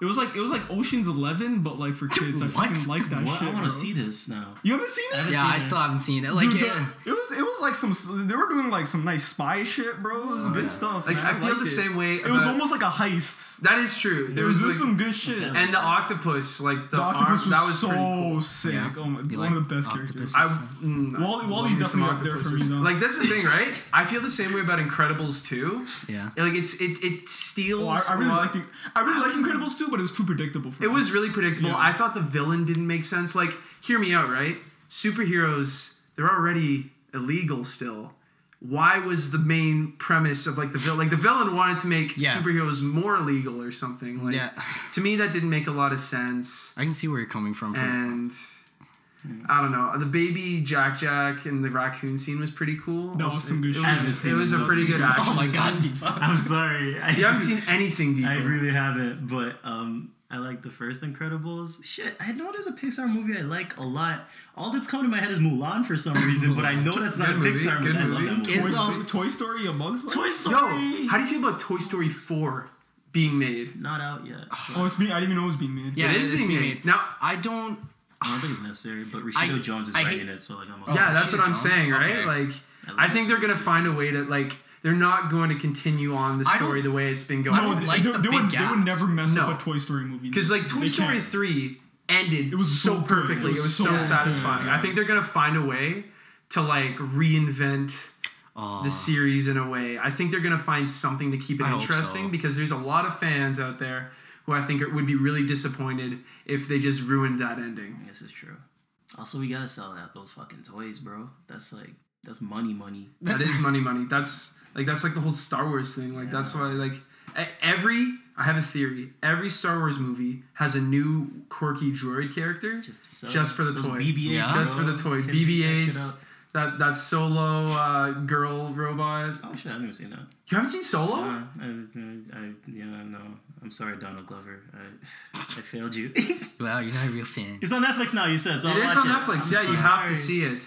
Speaker 2: It was like it was like Ocean's Eleven, but like for kids. I
Speaker 3: What?
Speaker 2: fucking like that
Speaker 1: What?
Speaker 2: shit.
Speaker 1: I want
Speaker 2: bro.
Speaker 1: to see this now.
Speaker 2: You haven't seen it?
Speaker 1: haven't
Speaker 3: Yeah,
Speaker 1: seen
Speaker 3: I
Speaker 1: it.
Speaker 3: still haven't seen it. Like,
Speaker 2: Dude,
Speaker 3: yeah.
Speaker 2: that- it was it was like some they were doing like some nice spy shit, bro. It was good stuff.
Speaker 4: Like
Speaker 2: man.
Speaker 4: I feel
Speaker 2: liked
Speaker 4: the
Speaker 2: it.
Speaker 4: same way.
Speaker 2: It was
Speaker 4: about-
Speaker 2: almost like a heist.
Speaker 4: That is true. There
Speaker 2: There was,
Speaker 4: was like,
Speaker 2: some good shit.
Speaker 1: Yeah.
Speaker 4: and the octopus, like the,
Speaker 2: The octopus
Speaker 4: arm,
Speaker 2: was,
Speaker 4: that was
Speaker 2: so
Speaker 4: pretty cool.
Speaker 2: sick.
Speaker 3: Yeah.
Speaker 2: Oh my, one
Speaker 3: You like
Speaker 2: of the best
Speaker 3: octopuses?
Speaker 2: characters.
Speaker 4: I, mm,
Speaker 2: Wally, Wally's
Speaker 4: love me
Speaker 2: definitely
Speaker 4: some
Speaker 2: up there for me
Speaker 4: octopuses.
Speaker 2: though.
Speaker 4: Like that's the thing, right? I feel the same way about Incredibles too.
Speaker 3: yeah.
Speaker 4: Like it's it it steals.
Speaker 2: Oh, I, I really
Speaker 4: a lot.
Speaker 2: liked it. I really liked Incredibles too, but it was too predictable for
Speaker 4: It
Speaker 2: me.
Speaker 4: was really predictable.
Speaker 2: Yeah.
Speaker 4: I thought the villain didn't make sense. Like, hear me out, right? Superheroes, they're already illegal still. Why was the main premise of like the villain? Like the villain wanted to make
Speaker 3: Yeah.
Speaker 4: superheroes more illegal or something. Like
Speaker 3: Yeah.
Speaker 4: to me, that didn't make a lot of sense.
Speaker 3: I can see where you're coming from. From
Speaker 4: And I don't know. The baby Jack Jack and the raccoon scene was pretty cool.
Speaker 2: That was some good
Speaker 4: it
Speaker 2: shit.
Speaker 1: I haven't
Speaker 4: Was,
Speaker 1: seen
Speaker 4: it was a
Speaker 1: those.
Speaker 4: pretty good Oh action.
Speaker 3: [LAUGHS] Oh my
Speaker 4: scene.
Speaker 3: god, Deepa.
Speaker 1: I'm sorry. I
Speaker 4: You haven't seen anything deep.
Speaker 1: I really haven't, but um, I like the first Incredibles. Shit, I know there's a Pixar movie I like a lot. All that's coming to my head is Mulan for
Speaker 4: [LAUGHS]
Speaker 1: some reason, but I know that's not
Speaker 4: Good
Speaker 1: a
Speaker 4: movie,
Speaker 1: Pixar
Speaker 4: good
Speaker 1: movie. I love
Speaker 4: movie.
Speaker 1: that movie.
Speaker 2: Toy,
Speaker 3: Is,
Speaker 2: Sto-
Speaker 3: um,
Speaker 2: Toy Story, A Bug's Life.
Speaker 1: Toy
Speaker 4: Yo,
Speaker 1: Story.
Speaker 4: how do you feel about Toy Story Four being made?
Speaker 1: Not out yet. I
Speaker 2: Oh, it's being, I didn't even know it was being made.
Speaker 3: Yeah,
Speaker 4: It is being made. Now,
Speaker 3: I don't.
Speaker 1: don't think it's necessary, but Rashida
Speaker 3: I-
Speaker 1: Jones is
Speaker 3: I
Speaker 1: writing
Speaker 3: hate-
Speaker 1: it, so like I'm.
Speaker 3: Oh,
Speaker 1: Okay.
Speaker 4: yeah, that's
Speaker 3: Rashida
Speaker 4: what I'm
Speaker 3: Jones?
Speaker 4: saying, right?
Speaker 3: Okay.
Speaker 4: Like,
Speaker 1: love
Speaker 4: I think
Speaker 1: Rashida
Speaker 4: they're gonna
Speaker 1: Jones.
Speaker 4: find a way to like. They're not going to continue on the
Speaker 3: I don't-
Speaker 4: story the way it's been
Speaker 3: don't
Speaker 4: going.
Speaker 3: like
Speaker 2: they,
Speaker 3: the
Speaker 2: they would,
Speaker 3: big
Speaker 2: they would
Speaker 3: gaps.
Speaker 2: never mess
Speaker 4: No.
Speaker 2: up a Toy Story movie.
Speaker 4: Because like Toy
Speaker 2: They
Speaker 4: Story
Speaker 2: can't.
Speaker 4: three ended
Speaker 2: was
Speaker 4: so
Speaker 2: so good.
Speaker 4: perfectly, it was so
Speaker 2: good.
Speaker 4: satisfying. I think they're gonna find a way to like reinvent
Speaker 3: Oh,
Speaker 4: the series in a way. I think they're going to find something to keep it
Speaker 3: I hope
Speaker 4: interesting
Speaker 3: so.
Speaker 4: because there's a lot of fans out there who I think are, would be really disappointed if they just ruined that ending.
Speaker 1: This is true. Also, we gotta sell out those fucking toys, bro. That's like that's money, money.
Speaker 4: That is money, money. That's like that's like the whole Star Wars thing. Like that's why like e- every I have a theory. Every Star Wars movie has a new quirky droid character
Speaker 1: Just sell
Speaker 4: Just for the
Speaker 1: those
Speaker 4: toy.
Speaker 1: BB-8s,
Speaker 3: Yeah.
Speaker 1: bro.
Speaker 4: just for the toy.
Speaker 1: Kids eat that shit
Speaker 4: BB-8s.
Speaker 1: up.
Speaker 4: That that solo uh, girl robot.
Speaker 1: Oh shit! I've never seen that.
Speaker 4: You haven't seen Solo?
Speaker 1: Uh, I, I, I, yeah, no. I'm sorry, Donald Glover. I, I failed you. [LAUGHS]
Speaker 3: wow, you're not a real fan.
Speaker 1: it's on Netflix now. You said so.
Speaker 4: it
Speaker 1: I'll
Speaker 4: is
Speaker 1: watch
Speaker 4: on Netflix.
Speaker 1: I'm
Speaker 4: yeah,
Speaker 1: so
Speaker 4: you have
Speaker 1: sorry.
Speaker 4: to see it.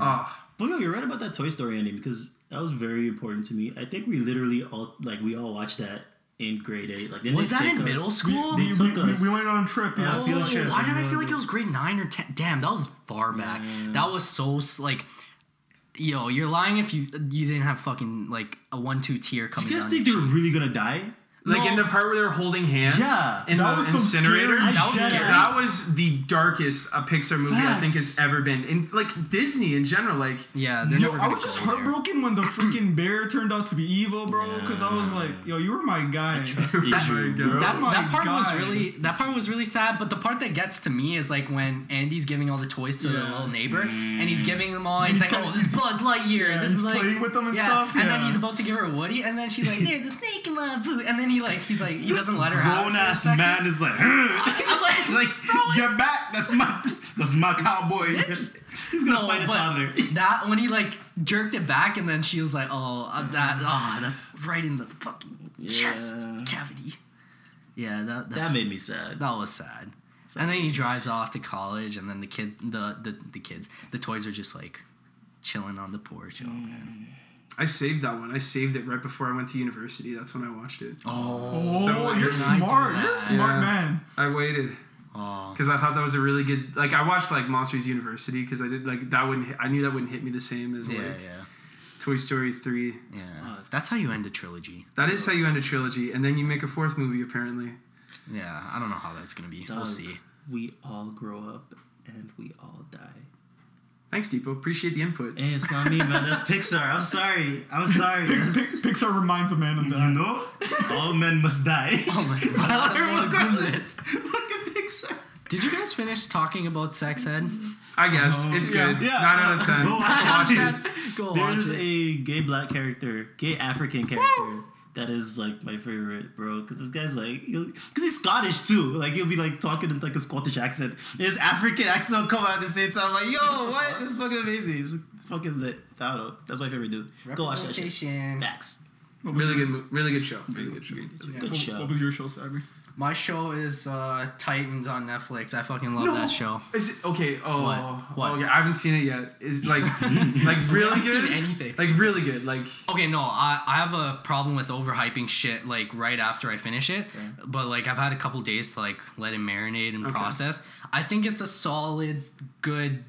Speaker 4: Oh,
Speaker 1: But yo, you're right about that Toy Story ending because that was very important to me. I think we literally all like we all watched that in grade eight. Like they
Speaker 3: Was
Speaker 1: didn't
Speaker 3: that
Speaker 1: take
Speaker 3: in
Speaker 1: us-
Speaker 3: middle
Speaker 2: We,
Speaker 3: school?
Speaker 2: we,
Speaker 1: They took
Speaker 2: we-
Speaker 1: us.
Speaker 2: we went on a trip. Yeah.
Speaker 1: Yeah.
Speaker 3: Oh,
Speaker 1: field trip.
Speaker 3: Why did I feel like it was grade nine or ten? Damn, that was far back. That was so s- like, yo, you're lying if you you didn't have fucking like a one two tier coming.
Speaker 1: You guys
Speaker 3: down
Speaker 1: think they
Speaker 3: your
Speaker 1: were
Speaker 3: cheek.
Speaker 1: really gonna die?
Speaker 4: like in
Speaker 3: No.
Speaker 4: the part where they're holding hands.
Speaker 1: Yeah,
Speaker 4: in
Speaker 2: that
Speaker 4: the
Speaker 2: was some
Speaker 4: incinerator.
Speaker 2: scary
Speaker 4: that was
Speaker 1: shit.
Speaker 4: scary. That was the darkest a Pixar movie I think
Speaker 1: Facts.
Speaker 4: has ever been. In like Disney in general, like [LAUGHS]
Speaker 3: Yeah, they're
Speaker 2: Yo,
Speaker 3: never
Speaker 2: I
Speaker 3: gonna
Speaker 2: was just
Speaker 3: go there.
Speaker 2: heartbroken when the freaking bear turned out to be evil, bro. Because I was like, yo, you were my guy.
Speaker 1: Trust issue,
Speaker 4: my
Speaker 1: bro.
Speaker 4: God.
Speaker 3: That,
Speaker 2: Oh my
Speaker 3: that part was
Speaker 2: God.
Speaker 3: really that part was really sad, but the part that gets to me is like when Andy's giving all the toys to the
Speaker 2: Yeah. Mm.
Speaker 3: little neighbor, and he's giving them all. And he's,
Speaker 2: He's
Speaker 3: like,
Speaker 2: kinda- [LAUGHS]
Speaker 3: "Oh, this is Buzz Lightyear.
Speaker 2: Yeah,
Speaker 3: this
Speaker 2: he's
Speaker 3: is like
Speaker 2: playing with them and
Speaker 3: yeah.
Speaker 2: stuff,
Speaker 3: And then
Speaker 2: yeah.
Speaker 3: he's about to give her Woody, and
Speaker 2: [LAUGHS]
Speaker 3: then she's like, "There's a snake in my boot," and then he like he's like he
Speaker 1: This
Speaker 3: doesn't let her have. it
Speaker 1: grown
Speaker 3: for a
Speaker 1: ass
Speaker 3: second.
Speaker 1: man is like, [LAUGHS] "Ugh."
Speaker 3: [LAUGHS] I'm like,
Speaker 1: It's
Speaker 3: [LAUGHS]
Speaker 1: like
Speaker 3: bro, it's
Speaker 1: get back. That's my that's my cowboy. [LAUGHS] He's gonna
Speaker 3: No,
Speaker 1: fight a
Speaker 2: [LAUGHS]
Speaker 3: but
Speaker 1: toddler. [LAUGHS]
Speaker 3: that when he like jerked it back and then she was like, "Oh, uh, that ah, that's right in the fucking chest
Speaker 1: Yeah.
Speaker 3: cavity." Yeah, that that,
Speaker 1: That made me sad.
Speaker 3: that was sad. And then he drives off to college, and then the kids, the the, the kids, the toys are just like chilling on the porch. Oh, man.
Speaker 4: I saved that one. I saved it right before I went to university. That's when I watched it.
Speaker 3: oh,
Speaker 2: Oh,
Speaker 4: So I
Speaker 2: you're
Speaker 4: did
Speaker 3: not do
Speaker 2: smart. You're a
Speaker 3: that.
Speaker 2: smart
Speaker 3: [LAUGHS]
Speaker 4: Yeah.
Speaker 2: man.
Speaker 4: I waited.
Speaker 3: oh.
Speaker 4: because I thought that was a really good. Like I watched like Monsters University because I did like that wouldn't. Hit, I knew that wouldn't hit me the same as
Speaker 3: yeah,
Speaker 4: like
Speaker 3: yeah,
Speaker 4: Toy Story three.
Speaker 3: yeah. That's how you end a trilogy.
Speaker 4: That is how you end a trilogy, and then you make a fourth movie apparently.
Speaker 3: Yeah, I don't know how that's gonna be. We'll
Speaker 1: Doug,
Speaker 3: see.
Speaker 1: We all grow up and we all die.
Speaker 4: Thanks, Depot. Appreciate the input.
Speaker 1: Hey, it's not me, man. That's Pixar. I'm sorry. I'm sorry. That's-
Speaker 2: Pi- Pixar reminds a man of
Speaker 1: you
Speaker 2: that.
Speaker 1: know, all men must die.
Speaker 3: [LAUGHS] Oh [LAUGHS] my
Speaker 1: [LAUGHS]
Speaker 3: god!
Speaker 1: Well,
Speaker 3: I don't wanna do this.
Speaker 1: regardless. Look at Pixar.
Speaker 3: Did you guys finish talking about sex [LAUGHS] ed?
Speaker 4: I guess it's
Speaker 2: yeah.
Speaker 4: good.
Speaker 1: Yeah,
Speaker 4: Nine
Speaker 1: yeah.
Speaker 4: out of ten.
Speaker 1: Go
Speaker 4: Watch it.
Speaker 1: Yes.
Speaker 3: Go watch
Speaker 1: There's
Speaker 3: it.
Speaker 1: a gay black character, gay African character. That is like my favorite, bro. Because this guy's like, because he's Scottish too. Like he'll be like talking in like a Scottish accent. His African accent will come out at the same time. Like, yo, what? This is fucking amazing. It's, it's fucking lit. I don't know. That's my favorite dude. Go watch that shit.
Speaker 3: Representation.
Speaker 1: Facts.
Speaker 2: What was
Speaker 4: Really
Speaker 2: your-
Speaker 4: good. mo- Really good show. Really good show.
Speaker 2: yeah,
Speaker 1: good
Speaker 2: what-
Speaker 1: show.
Speaker 2: What was your show, Sabri?
Speaker 3: My show is uh, Titans on Netflix. I fucking love
Speaker 4: No.
Speaker 3: that show.
Speaker 4: Is it, okay. Oh,
Speaker 3: What? What?
Speaker 4: okay. I haven't seen it yet.
Speaker 3: [LAUGHS]
Speaker 4: Is like like really
Speaker 3: haven't
Speaker 4: good.
Speaker 3: seen anything.
Speaker 4: Like really good. Like
Speaker 3: Okay, no, I, I have a problem with overhyping shit like right after I finish it, but like I've had a couple days to like let it marinate and process. I think it's a solid, good.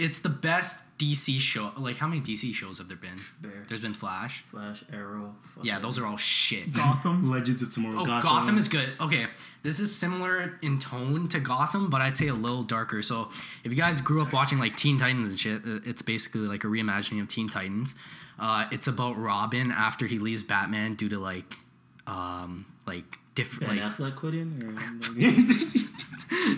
Speaker 3: It's the best DC show. Like how many DC shows have there been?
Speaker 1: There.
Speaker 3: There's been Flash.
Speaker 1: Flash, Arrow.
Speaker 3: Yeah, those are all shit.
Speaker 2: Gotham.
Speaker 1: Legends of Tomorrow.
Speaker 3: Oh, Gotham. is good. Okay, this is similar in tone to Gotham, but I'd say a little darker. So if you guys grew up watching like Teen Titans and shit, uh, it's basically like a reimagining of Teen Titans. Uh, it's about Robin after he leaves Batman due to like, um, like different.
Speaker 1: Ben
Speaker 3: Like,
Speaker 1: Affleck quit in? Or...
Speaker 3: [LAUGHS]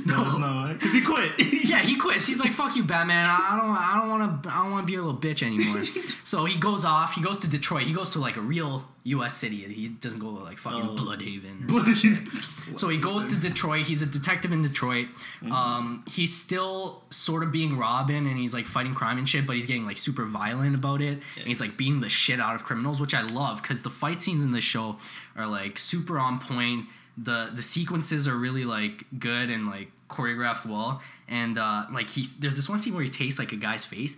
Speaker 1: no, that's not why. Because he quit. [LAUGHS]
Speaker 3: yeah, he quits. He's like, "Fuck you, Batman. I I don't, I don't want to, I don't want to be a little bitch
Speaker 1: [LAUGHS]
Speaker 3: anymore." so he goes off. He goes to Detroit. He goes to like a real U.S. city. He doesn't go to like fucking
Speaker 1: Oh.
Speaker 3: Bloodhaven. or So he goes to Detroit. He's a detective in Detroit.
Speaker 1: Mm-hmm.
Speaker 3: Um, he's still sort of being Robin, and he's like fighting crime and shit, but he's getting like super violent about it. And he's like
Speaker 1: Yes.
Speaker 3: beating the shit out of criminals, which I love because the fight scenes in this show are like super on point. The the sequences are really like good and like choreographed well. And uh, like he there's this one scene where he tastes like a guy's face.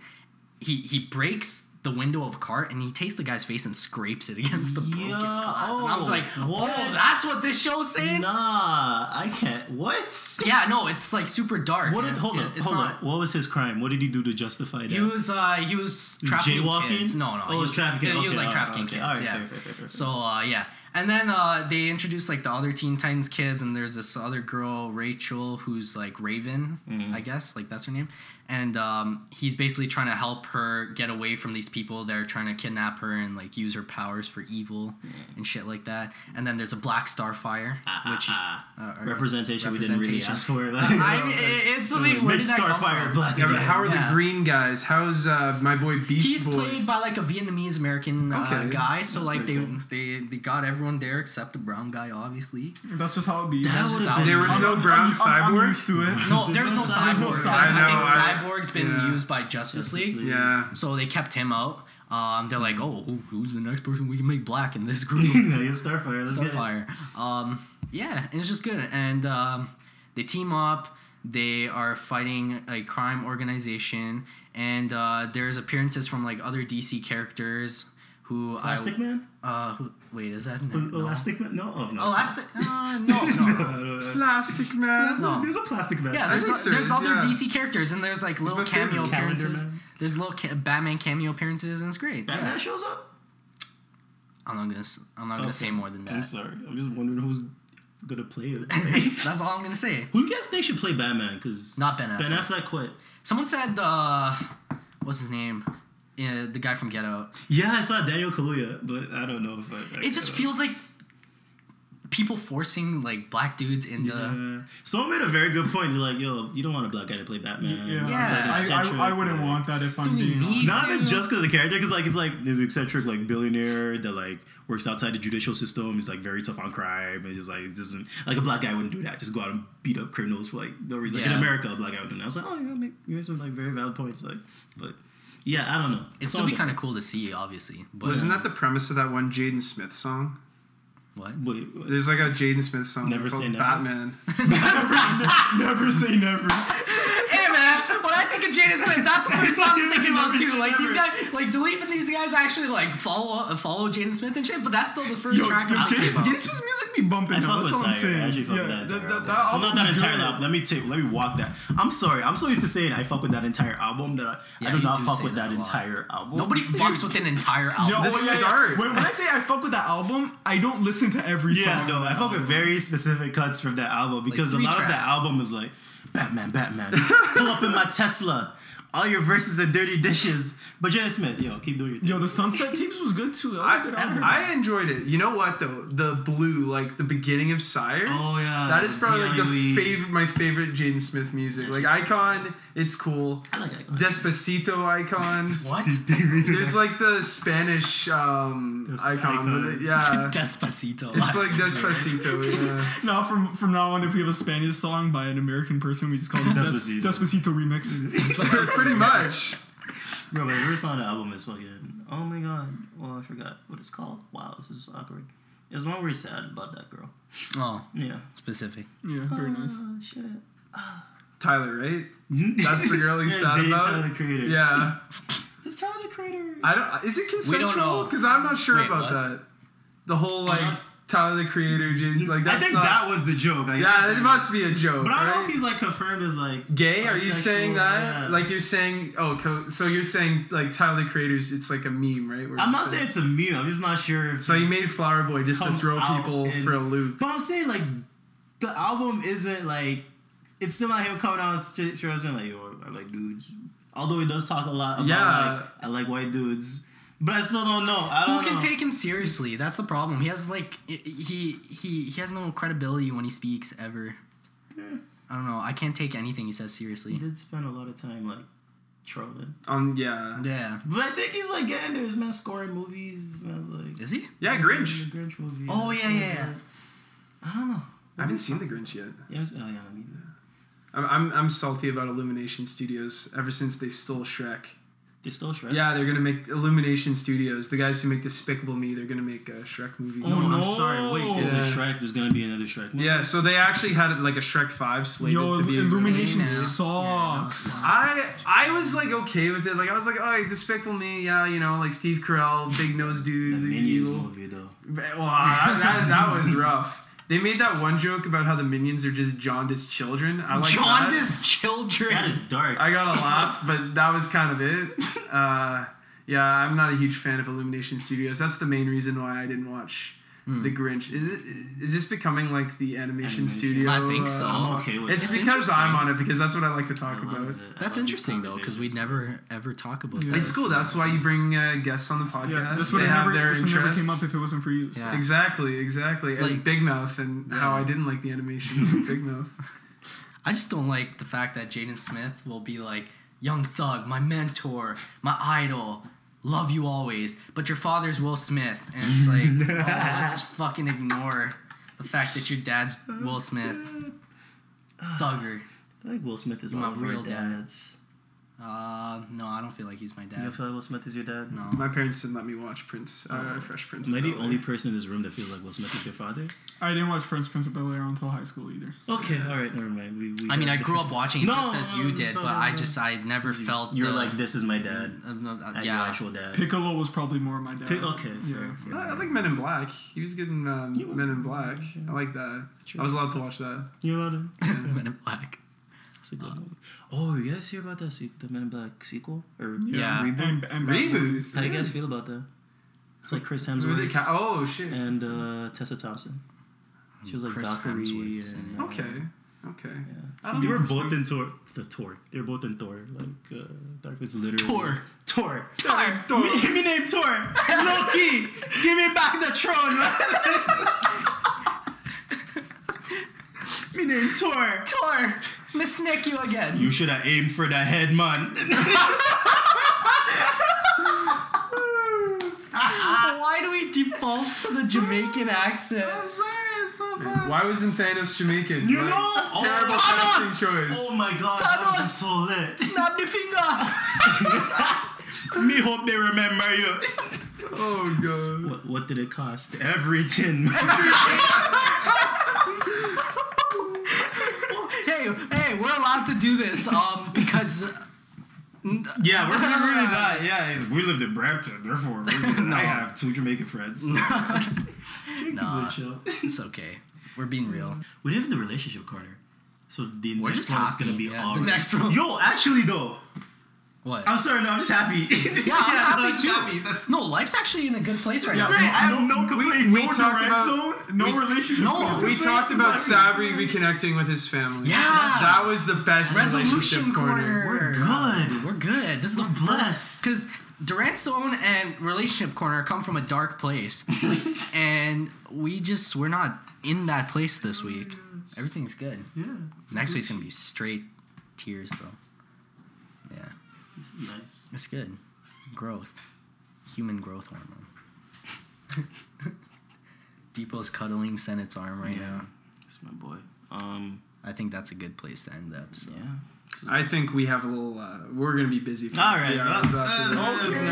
Speaker 3: He he breaks. The window of a car, and he tastes the guy's face and scrapes it against the broken
Speaker 1: Yeah,
Speaker 3: glass. and I was
Speaker 1: oh,
Speaker 3: like, "Oh,
Speaker 1: what?
Speaker 3: that's what this show's saying."
Speaker 1: nah, I can't. What?
Speaker 3: Yeah, no, it's like super dark.
Speaker 1: What did
Speaker 3: man.
Speaker 1: hold
Speaker 3: It-
Speaker 1: up?
Speaker 3: It's
Speaker 1: Hold
Speaker 3: not.
Speaker 1: up. What was his crime? What did he do to justify that?
Speaker 3: He was uh he was trafficking
Speaker 1: Jaywalking?
Speaker 3: kids. No, no.
Speaker 1: Oh,
Speaker 3: he
Speaker 1: it was trafficking.
Speaker 3: He was
Speaker 1: Okay,
Speaker 3: like
Speaker 1: oh,
Speaker 3: trafficking
Speaker 1: okay.
Speaker 3: kids.
Speaker 1: All right,
Speaker 3: yeah.
Speaker 1: fair, fair, fair, fair.
Speaker 3: So uh yeah, And then uh, they introduced like the other Teen Titans kids, and there's this other girl, Rachel, who's like Raven,
Speaker 1: Mm-hmm.
Speaker 3: I guess, like that's her name. And um, he's basically trying to help her get away from these people that are trying to kidnap her and like use her powers for evil and shit like that. And then there's a Black Starfire, which
Speaker 1: ah,
Speaker 3: uh, or-
Speaker 1: representation, we didn't really
Speaker 3: representation.
Speaker 1: ask for. Like,
Speaker 3: [LAUGHS] I mean, it- it's like where
Speaker 1: [LAUGHS] make
Speaker 3: did that come
Speaker 1: Starfire
Speaker 3: from?
Speaker 1: black
Speaker 4: Yeah,
Speaker 1: again.
Speaker 4: but how are
Speaker 3: Yeah.
Speaker 4: the green guys? How's uh, my boy Beast
Speaker 3: He's
Speaker 4: Boy?
Speaker 3: played by like a Vietnamese American uh,
Speaker 4: Okay.
Speaker 3: guy, so
Speaker 1: That's
Speaker 3: like they,
Speaker 1: pretty cool.
Speaker 3: they they got everyone there except the brown guy, obviously.
Speaker 2: That's just how it be.
Speaker 1: that
Speaker 3: That's just
Speaker 1: would
Speaker 3: how
Speaker 1: have
Speaker 3: it
Speaker 1: been
Speaker 4: there was no brown
Speaker 2: I'm, I'm, I'm
Speaker 4: cyborg.
Speaker 2: used to it.
Speaker 3: No, there's, no, cyborg.
Speaker 1: no
Speaker 3: because
Speaker 2: cyborg.
Speaker 3: I,
Speaker 4: I know, I-
Speaker 3: think cyborg's been
Speaker 4: yeah.
Speaker 3: used by Justice,
Speaker 1: Justice
Speaker 3: League,
Speaker 1: League.
Speaker 4: yeah.
Speaker 3: so they kept him out. Um, they're like, oh, who, who's the next person we can make black in
Speaker 4: [LAUGHS]
Speaker 3: this group?
Speaker 1: yeah, [LAUGHS] yeah, Starfire. Let's get it.
Speaker 3: Starfire. Um, yeah, and it's just good. And um, they team up. They are fighting a crime organization, and uh, there's appearances from like other DC characters who
Speaker 1: Elastic
Speaker 3: I
Speaker 1: Man?
Speaker 3: uh who, wait is that no,
Speaker 1: El- Elastic Man? No, oh no.
Speaker 3: Elastic? Uh, no, [LAUGHS] no.
Speaker 1: Elastic.
Speaker 4: Plastic Man.
Speaker 1: [LAUGHS]
Speaker 3: No.
Speaker 1: There's a plastic man.
Speaker 3: Yeah,
Speaker 1: too.
Speaker 3: there's,
Speaker 4: think so,
Speaker 3: there's other
Speaker 4: yeah.
Speaker 3: DC characters, and there's like little
Speaker 4: my favorite.
Speaker 3: cameo
Speaker 1: Calendar
Speaker 3: appearances.
Speaker 1: Man.
Speaker 3: There's little ca- Batman cameo appearances, and it's great.
Speaker 1: Batman
Speaker 3: Yeah.
Speaker 1: shows up.
Speaker 3: I'm not gonna s- I'm not gonna say more than
Speaker 1: I'm
Speaker 3: that.
Speaker 1: sorry. I'm just wondering who's gonna play it.
Speaker 3: [LAUGHS] That's all I'm gonna say.
Speaker 1: Who do you guys think should play Batman? Because
Speaker 3: Not Ben Affleck.
Speaker 1: Ben Affleck quit.
Speaker 3: Someone said uh, what's his name? Uh, the guy from Get Out.
Speaker 1: Yeah, I saw Daniel Kaluuya, but I don't know if I. I
Speaker 3: It just
Speaker 1: I don't-
Speaker 3: feels like people forcing like black dudes into.
Speaker 1: Yeah. Someone made a very good point. They're like, "Yo, you don't want a black guy to play Batman."
Speaker 2: Yeah,
Speaker 1: It's
Speaker 3: Yeah.
Speaker 1: like eccentric,
Speaker 2: I, I, I wouldn't
Speaker 1: like-
Speaker 2: want that if I'm
Speaker 3: Do we
Speaker 2: being
Speaker 3: need-
Speaker 1: Not
Speaker 2: honest. [LAUGHS]
Speaker 1: even
Speaker 3: too.
Speaker 1: just because of the character, because like it's like there's an eccentric like billionaire that like works outside the judicial system. He's like very tough on crime. And just like it doesn't like a black guy wouldn't do that. Just go out and beat up criminals for like no reason. Like in
Speaker 3: Yeah.
Speaker 1: America, a black guy would do that. I was like, oh, you know, make, you made some like very valid points. Like, but yeah, I don't know.
Speaker 3: It'd still be
Speaker 1: Someone-
Speaker 3: kind of cool to see, obviously. But
Speaker 4: Wasn't that the premise of that one Jaden Smith song?
Speaker 3: what?
Speaker 1: Wait, wait.
Speaker 4: There's like a Jaden Smith song
Speaker 1: Never
Speaker 4: called
Speaker 1: Say Never.
Speaker 4: Batman.
Speaker 2: Never say never.
Speaker 3: Hey man, when I think of Jaden Smith, that's the first song I'm thinking about too. Like these guys, like deleting these guys actually like follow uh, follow Jaden Smith and shit, but that's still the first
Speaker 2: Yo, yo,
Speaker 3: track I'm thinking
Speaker 2: Jason,
Speaker 3: about.
Speaker 2: Jason's music be bumping
Speaker 1: I
Speaker 2: now.
Speaker 1: fuck with
Speaker 2: That's all
Speaker 1: Sire.
Speaker 2: I'm
Speaker 1: I
Speaker 2: saying.
Speaker 1: actually fuck with that entire
Speaker 2: Yeah, that, that,
Speaker 1: album. well,
Speaker 2: that
Speaker 1: not
Speaker 2: album's
Speaker 1: that entire
Speaker 2: good.
Speaker 1: album. Let me take. Let me walk that. I'm sorry. I'm so used to saying I fuck with that entire album that I,
Speaker 3: Yeah,
Speaker 1: I do
Speaker 3: you
Speaker 1: not
Speaker 3: do
Speaker 1: fuck
Speaker 3: say
Speaker 1: with
Speaker 3: that
Speaker 1: that,
Speaker 3: a lot.
Speaker 1: entire album.
Speaker 3: Nobody fucks with an entire
Speaker 2: Yo,
Speaker 3: album.
Speaker 4: This
Speaker 2: oh, yeah,
Speaker 4: start.
Speaker 2: yeah. When, when I say I fuck with that album, I don't listen to every
Speaker 1: Yeah,
Speaker 2: song.
Speaker 1: no, I fuck with very specific cuts from that album because
Speaker 3: three
Speaker 1: a lot of
Speaker 3: tracks.
Speaker 1: that album is like Batman, Batman, pull up in my Tesla. All your verses are dirty dishes. But Janet Smith, yo, keep doing your thing.
Speaker 2: Yo, the Sunset Tapes was good too. That was a good album.
Speaker 4: I, I enjoyed it. You know what though? The blue, like the beginning of Sire.
Speaker 1: oh yeah,
Speaker 4: That is probably like the
Speaker 1: DIY.
Speaker 4: favorite, my favorite Jaden Smith music. Like Icon, it's cool.
Speaker 1: I like Icon.
Speaker 4: Despacito
Speaker 1: [LAUGHS]
Speaker 4: Icon.
Speaker 3: [LAUGHS] What?
Speaker 4: There's like the Spanish um,
Speaker 1: This
Speaker 4: icon.
Speaker 1: icon.
Speaker 4: With
Speaker 1: [LAUGHS]
Speaker 4: it. Yeah,
Speaker 3: Despacito. [LAUGHS]
Speaker 4: it's like Despacito. Yeah.
Speaker 2: Now, from from now on, if we have a Spanish song by an American person, we just call it
Speaker 1: [LAUGHS]
Speaker 2: Despacito,
Speaker 1: Despacito.
Speaker 2: Despacito remix.
Speaker 1: [LAUGHS]
Speaker 2: [LAUGHS]
Speaker 4: Pretty much.
Speaker 1: Bro, my favorite song on the album is fucking. Oh my god. Well, I forgot what it's called. Wow, this is awkward. It's the one where he's sad about that girl.
Speaker 3: oh,
Speaker 1: Yeah.
Speaker 3: specific.
Speaker 2: Yeah, very nice.
Speaker 4: Uh,
Speaker 1: Oh shit.
Speaker 4: Tyler, right? That's the girl he's
Speaker 1: Yes,
Speaker 4: sad
Speaker 1: dating
Speaker 4: about.
Speaker 1: Tyler the Creator.
Speaker 4: Yeah.
Speaker 1: It's Tyler the Creator.
Speaker 4: I don't. Is it
Speaker 3: We don't
Speaker 4: consensual?
Speaker 3: know.
Speaker 4: Because I'm not sure
Speaker 3: Wait,
Speaker 4: about
Speaker 3: what?
Speaker 4: that. The whole like
Speaker 1: Uh-huh.
Speaker 4: Tyler the Creator, James, like that's
Speaker 1: I think
Speaker 4: not.
Speaker 1: that one's a joke. I
Speaker 4: yeah, it must be a joke.
Speaker 1: But I don't know
Speaker 4: right?
Speaker 1: if he's like confirmed as like
Speaker 4: gay. Are you
Speaker 1: bisexual,
Speaker 4: saying that?
Speaker 1: yeah.
Speaker 4: Like you're saying? Oh, co- so you're saying like Tyler the Creator's? It's like a meme, right? Where
Speaker 1: I'm
Speaker 4: you
Speaker 1: not
Speaker 4: say-
Speaker 1: saying it's a meme. I'm just not sure. If
Speaker 4: So he
Speaker 1: it's-
Speaker 4: made Flower Boy just to
Speaker 1: come
Speaker 4: throw
Speaker 1: out
Speaker 4: people
Speaker 1: and-
Speaker 4: for a loop.
Speaker 1: But I'm saying like the album isn't like it's still not him coming out straight straight out saying like yo I like dudes. Although he does talk a lot about
Speaker 4: Yeah.
Speaker 1: like I like white dudes, but I still don't know. I
Speaker 3: Who
Speaker 1: don't
Speaker 3: can
Speaker 1: know.
Speaker 3: take him seriously? That's the problem. He has like i- i- he he he has no credibility when he speaks ever. I don't know. I can't take anything he says seriously.
Speaker 1: He did spend a lot of time like trolling,
Speaker 4: Um, yeah,
Speaker 3: Yeah.
Speaker 1: but I think he's like getting there. This man scoring movies. This man's like
Speaker 3: Is he?
Speaker 4: yeah,
Speaker 1: the
Speaker 4: Grinch.
Speaker 1: Grinch movie.
Speaker 3: Oh,
Speaker 1: and
Speaker 3: yeah,
Speaker 1: shit. It's
Speaker 3: yeah,
Speaker 1: like, I don't know.
Speaker 4: I haven't seen the Grinch yet.
Speaker 1: Yeah, I'm, oh yeah, I mean,
Speaker 4: I'm, I'm I'm salty about Illumination Studios ever since they stole Shrek.
Speaker 1: they stole Shrek.
Speaker 4: Yeah, they're gonna make Illumination Studios, the guys who make Despicable Me. They're gonna make a Shrek movie.
Speaker 1: No,
Speaker 2: Oh,
Speaker 1: I'm sorry. Wait, there's
Speaker 4: Yeah.
Speaker 1: a Shrek. There's gonna be another Shrek. movie.
Speaker 4: Yeah, so they actually had like a Shrek Five slated
Speaker 2: Yo,
Speaker 4: to be.
Speaker 2: Illumination
Speaker 3: Yeah.
Speaker 2: sucks.
Speaker 4: I I was like okay with it. Like I was like, oh, Despicable Me. Yeah, you know, like Steve Carell, big nose dude.
Speaker 1: The
Speaker 4: the
Speaker 1: Minions
Speaker 4: evil.
Speaker 1: movie though.
Speaker 4: Well, I- that, that was rough. They made that one joke about how the minions are just jaundiced children. I like That.
Speaker 3: Jaundiced children.
Speaker 1: That is dark.
Speaker 4: I got a laugh, but that was kind of it. Uh, yeah, I'm not a huge fan of Illumination Studios. That's the main reason why I didn't watch
Speaker 3: Hmm.
Speaker 4: The Grinch. Is, is this becoming like the animation,
Speaker 1: Animation.
Speaker 4: studio?
Speaker 3: I think so.
Speaker 1: I'm okay with
Speaker 4: it's
Speaker 1: that.
Speaker 3: It's
Speaker 4: because I'm
Speaker 3: interesting.
Speaker 4: on it because that's what I like to talk
Speaker 1: I love
Speaker 4: about.
Speaker 1: it. I love
Speaker 3: That's
Speaker 1: these
Speaker 3: interesting though, because we
Speaker 1: conversations.
Speaker 3: never ever talk about
Speaker 2: Yeah.
Speaker 3: that.
Speaker 4: It's cool. That's why you bring uh, guests on the podcast.
Speaker 2: Yeah, this
Speaker 4: They
Speaker 2: would have
Speaker 4: have
Speaker 2: never,
Speaker 4: their
Speaker 2: this would never came up
Speaker 4: interests.
Speaker 2: if it wasn't for you. so.
Speaker 3: Yeah.
Speaker 4: Exactly, exactly.
Speaker 3: Like-
Speaker 4: and Big Mouth and how I didn't like the animation [LAUGHS] of Big Mouth.
Speaker 3: I just don't like the fact that Jaden Smith will be like, Young Thug, my mentor, my idol, love you always, but your father's Will Smith. And it's
Speaker 1: [LAUGHS]
Speaker 3: like, oh, let's just fucking ignore the fact that your dad's Will Smith. Thugger.
Speaker 1: I think Will Smith is
Speaker 3: My
Speaker 1: all of our
Speaker 3: real dad.
Speaker 1: dads.
Speaker 3: Uh, no, I don't feel like he's my
Speaker 1: You
Speaker 3: dad.
Speaker 1: feel like Will Smith is your dad?
Speaker 3: No.
Speaker 4: My parents didn't let me watch Prince, uh, Fresh Prince.
Speaker 1: Am I
Speaker 4: of
Speaker 1: the
Speaker 4: Bel-Air.
Speaker 1: only person in this room that feels like Will Smith is their father?
Speaker 2: I didn't watch Prince Prince of Bel Air until high school either.
Speaker 1: Okay, all right, never mind. We, we
Speaker 3: I mean, I grew up watching it
Speaker 1: No,
Speaker 3: just as you
Speaker 1: no,
Speaker 3: did,
Speaker 1: no,
Speaker 3: but I
Speaker 1: no.
Speaker 3: just, I never felt.
Speaker 1: You're
Speaker 3: the- [LAUGHS]
Speaker 1: like, this is my dad.
Speaker 3: uh, no, uh,
Speaker 1: I'm your
Speaker 3: yeah.
Speaker 1: actual dad. Oh.
Speaker 2: Piccolo was probably more my dad.
Speaker 1: Pick- okay,
Speaker 2: Yeah.
Speaker 1: fair, fair.
Speaker 4: I I like Men in Black. He was good in um,
Speaker 1: He was
Speaker 4: Men in
Speaker 1: good.
Speaker 4: Black. I like that.
Speaker 1: Sure.
Speaker 4: I was allowed to watch that.
Speaker 1: You know them.
Speaker 3: [LAUGHS] Men in Black.
Speaker 1: That's a good
Speaker 3: Uh.
Speaker 1: movie. Oh, you guys hear about that? se- The Men in Black sequel or
Speaker 3: Yeah. Mm.
Speaker 1: reboot?
Speaker 2: And, and Bad
Speaker 4: Reboots.
Speaker 1: [LAUGHS] How do you guys feel about that? It's like Chris
Speaker 4: Who they
Speaker 1: Hemsworth
Speaker 4: ca- oh shit.
Speaker 1: and uh, Tessa Thompson. She was like
Speaker 3: Chris
Speaker 1: Valkyrie.
Speaker 3: Hemsworth's in
Speaker 1: And,
Speaker 3: it.
Speaker 1: uh,
Speaker 4: Okay. Okay.
Speaker 1: Yeah.
Speaker 4: I don't
Speaker 1: They were
Speaker 4: know.
Speaker 1: both in Thor. The Thor. They were both in Thor. Like uh, Dark was literally
Speaker 3: Thor.
Speaker 1: Thor.
Speaker 3: Thor.
Speaker 1: Give me, give me name [LAUGHS] Thor. Loki. Give me back the throne. me name Thor.
Speaker 3: Tor! Miss Nick, you again.
Speaker 1: You should have aimed for the head, [LAUGHS] man.
Speaker 3: Why do we default to the [LAUGHS] Jamaican accent?
Speaker 1: sorry, it's so bad.
Speaker 4: Why wasn't Thanos Jamaican?
Speaker 1: You
Speaker 4: Like,
Speaker 1: know,
Speaker 4: terrible
Speaker 1: oh,
Speaker 4: casting choice.
Speaker 1: Oh my god,
Speaker 3: Thanos.
Speaker 1: that's so lit.
Speaker 3: Snap the finger!
Speaker 1: [LAUGHS] Me hope they remember you. [LAUGHS]
Speaker 4: Oh god.
Speaker 1: What, what did it cost? Everything. [LAUGHS]
Speaker 3: hey, hey, we're allowed to do this, um, [LAUGHS] because
Speaker 1: yeah, we're not really [LAUGHS] not. Yeah, we lived in Brampton, therefore [LAUGHS] we're I have two Jamaican friends.
Speaker 3: Nah. it's okay. We're being real.
Speaker 1: We live in the relationship corner, so the
Speaker 3: We're
Speaker 1: next
Speaker 3: just
Speaker 1: one is
Speaker 3: happy,
Speaker 1: gonna be
Speaker 3: yeah. The
Speaker 1: all right.
Speaker 3: next one.
Speaker 1: Yo, actually though,
Speaker 3: What?
Speaker 1: I'm sorry, no, I'm just happy. [LAUGHS]
Speaker 3: yeah, I'm
Speaker 1: no,
Speaker 3: happy
Speaker 1: it's
Speaker 3: too.
Speaker 1: happy. That's
Speaker 3: No, life's actually in a good place right now.
Speaker 1: great. I have no, complaints.
Speaker 4: we
Speaker 1: No
Speaker 4: talked
Speaker 1: direct-
Speaker 4: about-
Speaker 2: Zone, no relationship.
Speaker 3: no,
Speaker 2: problem.
Speaker 4: We
Speaker 1: Prince
Speaker 4: talked
Speaker 1: is
Speaker 4: about
Speaker 1: not-
Speaker 4: Savri reconnecting with his family.
Speaker 3: Yeah.
Speaker 4: That was the best
Speaker 3: Resolution
Speaker 4: relationship corner.
Speaker 3: corner.
Speaker 1: We're good.
Speaker 3: We're good. This is the
Speaker 1: blessed.
Speaker 3: because Durant Zone and Relationship Corner come from a dark [LAUGHS] place, and we just we're not in that place this week. Everything's good.
Speaker 1: Yeah,
Speaker 3: Next
Speaker 1: Mm-hmm.
Speaker 3: week's gonna be straight tears though. Yeah,
Speaker 1: this is nice.
Speaker 3: it's good. Growth, human growth hormone.
Speaker 1: [LAUGHS]
Speaker 3: Depot's cuddling Senate's arm right
Speaker 1: Yeah,
Speaker 3: now.
Speaker 1: it's my boy. Um,
Speaker 3: I think that's a good place to end up. So.
Speaker 1: yeah.
Speaker 4: I think we have a little. Uh, we're gonna be busy. For
Speaker 1: All right.
Speaker 4: Yeah,
Speaker 1: well,
Speaker 4: after
Speaker 1: uh,
Speaker 4: this.
Speaker 1: it's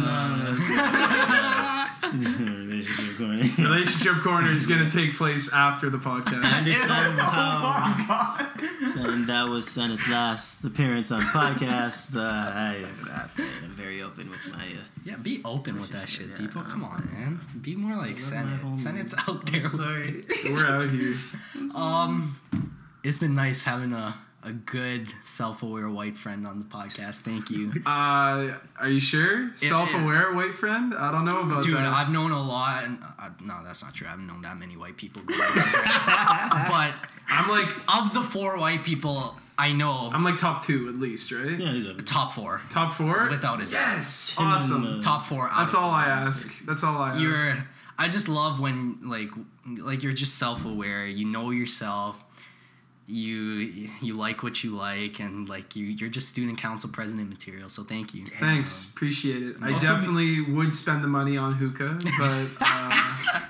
Speaker 1: not- no, [LAUGHS] no, no, it's not- Relationship corner.
Speaker 4: Relationship corner is gonna take place after the
Speaker 1: [LAUGHS] I
Speaker 4: podcast.
Speaker 1: understand how. And that was Senate's last appearance on podcast. Uh, I, I'm very open with my. Uh,
Speaker 3: Yeah, be open with that shit,
Speaker 1: Yeah.
Speaker 3: Depot. Come on, man. Be more like Senate. Senate's out there.
Speaker 1: Sorry.
Speaker 4: we're out here.
Speaker 3: Um, it's been nice having a, a good self-aware white friend on the podcast.
Speaker 1: [LAUGHS]
Speaker 3: Thank you,
Speaker 4: Uh, are you sure? Self-aware white friend? I don't know about
Speaker 3: dude.
Speaker 4: that.
Speaker 3: I've known a lot, and uh, no, that's not true. I haven't known that many white people, growing up. [LAUGHS] but
Speaker 4: I'm like
Speaker 3: of the four white people I know,
Speaker 4: I'm like top two at least, right?
Speaker 1: Yeah, he's up.
Speaker 3: top four
Speaker 4: Top four.
Speaker 3: without a doubt.
Speaker 4: yes,
Speaker 1: Him and,
Speaker 4: awesome.
Speaker 1: uh,
Speaker 3: Top four. Out
Speaker 4: That's
Speaker 3: of
Speaker 4: all
Speaker 3: four.
Speaker 4: I ask. That's all I ask.
Speaker 3: You're. I just love when like like you're just self-aware. You know yourself. You you like what you like, and like you you're just student council president material. So thank you.
Speaker 4: Thanks, appreciate it. I
Speaker 2: Also-
Speaker 4: definitely would spend the money on hookah, but uh,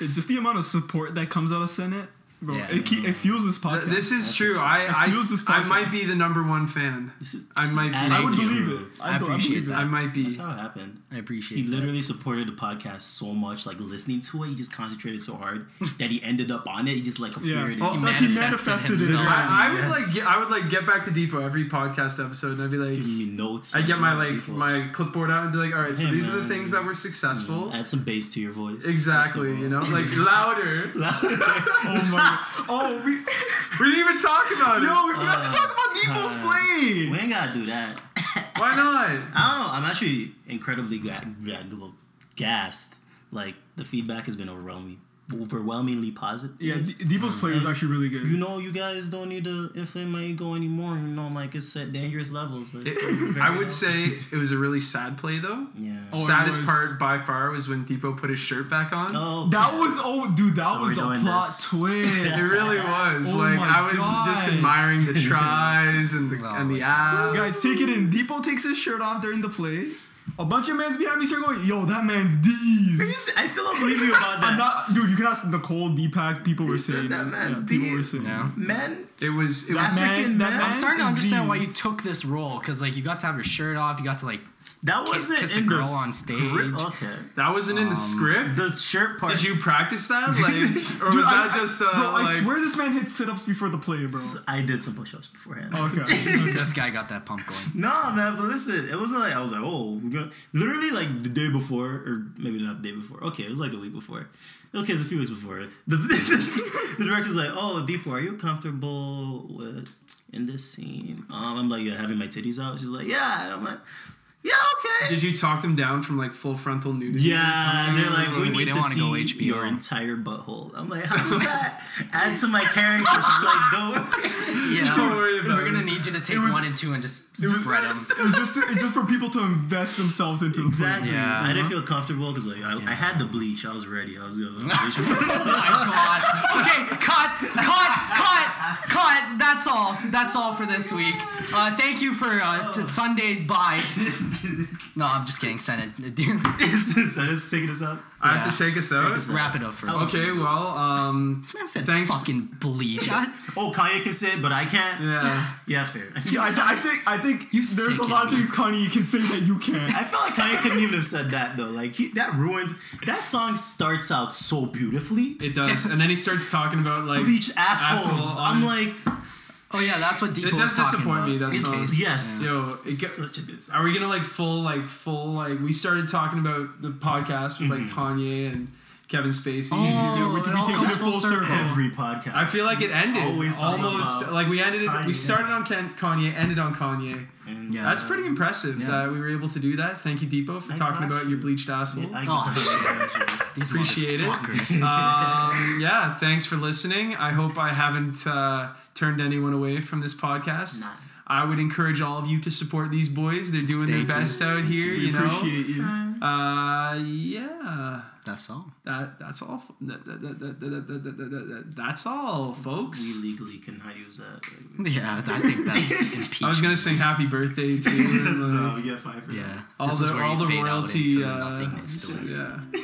Speaker 2: It's just the amount of support that comes out of Senate, bro.
Speaker 3: Yeah.
Speaker 2: It, ke- it fuels this podcast.
Speaker 4: this is true. I I,
Speaker 2: Feels this
Speaker 4: I might
Speaker 2: podcast.
Speaker 4: be the number one fan.
Speaker 1: This is,
Speaker 4: I
Speaker 1: this is
Speaker 4: might be-
Speaker 1: ad-
Speaker 2: I would
Speaker 3: Thank you.
Speaker 2: believe it. I,
Speaker 3: I
Speaker 2: do-
Speaker 3: appreciate
Speaker 2: believe it.
Speaker 3: that.
Speaker 4: I might be.
Speaker 1: That's how it happened.
Speaker 3: I appreciate.
Speaker 1: He
Speaker 3: that.
Speaker 1: literally supported the podcast so much, like listening to it, he just concentrated so hard that he ended up on it. He just like appeared.
Speaker 2: Oh,
Speaker 1: in-
Speaker 2: like,
Speaker 3: manifested
Speaker 2: he manifested it.
Speaker 3: himself.
Speaker 2: right?
Speaker 4: I, I would
Speaker 3: Yes.
Speaker 4: like get, I would like get back to Depot every podcast episode, and I'd be like,
Speaker 1: giving me notes.
Speaker 4: I get my like
Speaker 1: People.
Speaker 4: my clipboard out and be like, all right, so
Speaker 1: Hey,
Speaker 4: these are the
Speaker 1: man. Mm,
Speaker 4: things that were successful.
Speaker 1: add some bass to your voice.
Speaker 4: Exactly,
Speaker 1: [LAUGHS]
Speaker 4: you know, like louder.
Speaker 2: Oh my! Oh, we [LAUGHS]
Speaker 4: We didn't even talk about it.
Speaker 2: yo, we forgot to talk about Depot's
Speaker 1: God.
Speaker 2: play.
Speaker 1: we ain't gotta do that.
Speaker 4: Why
Speaker 1: [LAUGHS]
Speaker 4: not?
Speaker 1: I don't know. I'm actually incredibly ga- ga- gassed. Like the feedback has been overwhelming, overwhelmingly positive.
Speaker 2: Yeah, D- Debo's play was actually really good.
Speaker 1: You know, you guys don't need to inflate my ego anymore. You know, like it's at dangerous levels. Like,
Speaker 4: It- I would say it was a really sad play though.
Speaker 1: yeah.
Speaker 2: Oh, it
Speaker 4: Saddest
Speaker 2: was-
Speaker 4: part by far was when Depot put his shirt back on.
Speaker 1: Oh,
Speaker 2: That was oh, dude, that
Speaker 1: So
Speaker 2: was a
Speaker 1: we're doing
Speaker 2: plot
Speaker 1: this.
Speaker 4: It
Speaker 2: twist.
Speaker 4: really was.
Speaker 2: Oh
Speaker 4: like
Speaker 2: my
Speaker 4: I was just
Speaker 2: God. [LAUGHS]
Speaker 4: admiring the tries and the
Speaker 3: Oh
Speaker 4: and the
Speaker 3: my
Speaker 4: abs.
Speaker 2: Guys, take it in. Depot takes his shirt off during the play. A bunch of men's behind me start going, "Yo, that man's D's."
Speaker 1: I still don't believe you about that.
Speaker 2: I'm not, dude. You can ask Nicole, Deepak. People were
Speaker 1: said
Speaker 2: saying
Speaker 1: that
Speaker 2: it.
Speaker 1: man's
Speaker 2: yeah, people were
Speaker 1: D's.
Speaker 2: saying. it.
Speaker 3: Yeah.
Speaker 1: Men,
Speaker 4: It was it
Speaker 2: That
Speaker 4: was
Speaker 1: Mexican man.
Speaker 2: man, that man
Speaker 1: I'm
Speaker 3: I'm starting to
Speaker 2: is
Speaker 3: understand why
Speaker 2: D's.
Speaker 3: you took this role because like you got to have your shirt off. You got to like
Speaker 1: that
Speaker 3: kiss,
Speaker 1: wasn't
Speaker 3: kiss a
Speaker 1: in
Speaker 3: girl
Speaker 1: the
Speaker 3: on stage.
Speaker 1: script. Okay,
Speaker 4: that wasn't in the script.
Speaker 1: the shirt part.
Speaker 4: Did you
Speaker 2: [LAUGHS]
Speaker 4: practice that? Like or
Speaker 2: Dude,
Speaker 4: was
Speaker 2: I-
Speaker 4: that
Speaker 2: I-
Speaker 4: just uh
Speaker 2: bro, I
Speaker 4: like
Speaker 2: swear this man hit sit ups before the play, bro.
Speaker 1: I did some push-ups beforehand.
Speaker 2: Okay.
Speaker 3: [LAUGHS] this guy got that
Speaker 1: [LAUGHS]
Speaker 3: pump going.
Speaker 1: No, man, but listen, it wasn't like I was like, oh, we're gonna literally like the day before, or maybe not the day before. Okay, it was like a week before. Okay, it's a few weeks before. [LAUGHS] The, the, director's like, oh, Deepo, are you comfortable with in this scene? Um, I'm like, yeah, having my titties out. She's like, yeah, and I'm like, yeah, okay.
Speaker 4: did you talk them down from like full frontal nudity? or
Speaker 1: yeah,
Speaker 4: something?
Speaker 1: they're like, we,
Speaker 3: We
Speaker 1: need
Speaker 3: don't
Speaker 1: to
Speaker 3: wanna
Speaker 1: see
Speaker 3: go HBO.
Speaker 1: your entire butthole. I'm like, how does that add to my character? She's like, no.
Speaker 3: Yeah,
Speaker 4: Don't worry about
Speaker 3: we're
Speaker 4: it.
Speaker 3: gonna need you to take
Speaker 2: was-
Speaker 3: one and two and just
Speaker 2: was-
Speaker 3: spread them.
Speaker 2: it was just, it's just for people to invest themselves into
Speaker 1: [LAUGHS]
Speaker 2: the
Speaker 1: Exactly.
Speaker 2: play.
Speaker 3: Yeah. uh-huh.
Speaker 1: I didn't feel comfortable because like I, I had the bleach. I was ready. I was
Speaker 3: [LAUGHS]
Speaker 1: going.
Speaker 3: Oh my god. Okay, cut, cut, cut, cut. That's all. That's all for this week. Uh, thank you for uh, t- Sunday. Bye. No, I'm just kidding. Send it. Dude,
Speaker 1: Is that us taking us out?
Speaker 4: I have to take us out.
Speaker 1: us
Speaker 3: wrap it up for us.
Speaker 4: Okay, well, um
Speaker 3: This man said
Speaker 4: Thanks.
Speaker 3: fucking bleach. I,
Speaker 1: Oh, Kanye can say it, but I can't. Yeah,
Speaker 4: yeah.
Speaker 1: fair.
Speaker 2: Yeah, I, I think I think there's a
Speaker 3: sickened
Speaker 2: lot of
Speaker 3: me.
Speaker 2: things, Connie, you can say that you can't.
Speaker 1: [LAUGHS] I felt like Kanye couldn't even have said that though. Like he, that ruins. That song starts out so beautifully.
Speaker 4: It does. And then he starts talking about like
Speaker 1: Bleach assholes.
Speaker 4: Asshole,
Speaker 1: I'm
Speaker 4: honest.
Speaker 1: like,
Speaker 3: oh yeah, that's what Depot
Speaker 4: It does
Speaker 3: was talking
Speaker 4: disappoint
Speaker 3: about.
Speaker 4: me, that
Speaker 3: In
Speaker 4: song.
Speaker 3: case.
Speaker 1: yes.
Speaker 4: yo, it get,
Speaker 1: such a good song.
Speaker 4: are we gonna like full like full like we started talking about the podcast with like Kanye and Kevin Spacey.
Speaker 3: Oh,
Speaker 2: know, we could
Speaker 3: it
Speaker 2: be
Speaker 3: all
Speaker 2: taking
Speaker 3: comes
Speaker 2: it
Speaker 3: full
Speaker 2: full circle.
Speaker 3: circle.
Speaker 1: Every podcast.
Speaker 4: I feel like it ended
Speaker 1: Always something
Speaker 4: almost
Speaker 1: about
Speaker 4: like we ended it. We
Speaker 1: Kanye.
Speaker 4: started on Ken, Kanye, ended on Kanye.
Speaker 1: And,
Speaker 3: Yeah.
Speaker 4: That's pretty impressive
Speaker 3: yeah.
Speaker 4: that we were able to do that. Thank you, Depot, for
Speaker 1: I
Speaker 4: talking
Speaker 1: got
Speaker 4: about your bleached asshole.
Speaker 1: I
Speaker 3: These
Speaker 4: Appreciate it.
Speaker 3: motherfuckers.
Speaker 4: [LAUGHS] um, yeah, thanks for listening. I hope I haven't uh, turned anyone away from this podcast.
Speaker 1: Nah.
Speaker 4: I would encourage all of you to support these boys. They're doing
Speaker 3: Thank you.
Speaker 4: their best out here.
Speaker 2: We
Speaker 4: you know.
Speaker 2: appreciate you.
Speaker 4: Uh, yeah.
Speaker 3: That's all.
Speaker 4: That that's all. f- That, that, that, that, that, that, that, that, that, that's all, folks.
Speaker 1: we [LAUGHS] legally cannot use that.
Speaker 3: Yeah, I think that's impeachment.
Speaker 4: [LAUGHS] I was gonna sing happy birthday to you.
Speaker 1: so we get five. for that.
Speaker 3: Yeah.
Speaker 4: all
Speaker 3: this is
Speaker 4: the
Speaker 3: where
Speaker 4: all
Speaker 3: you
Speaker 4: the
Speaker 3: fade out
Speaker 4: royalty.
Speaker 3: into the
Speaker 4: uh, [LAUGHS]
Speaker 3: nothingness. the way-
Speaker 4: yeah.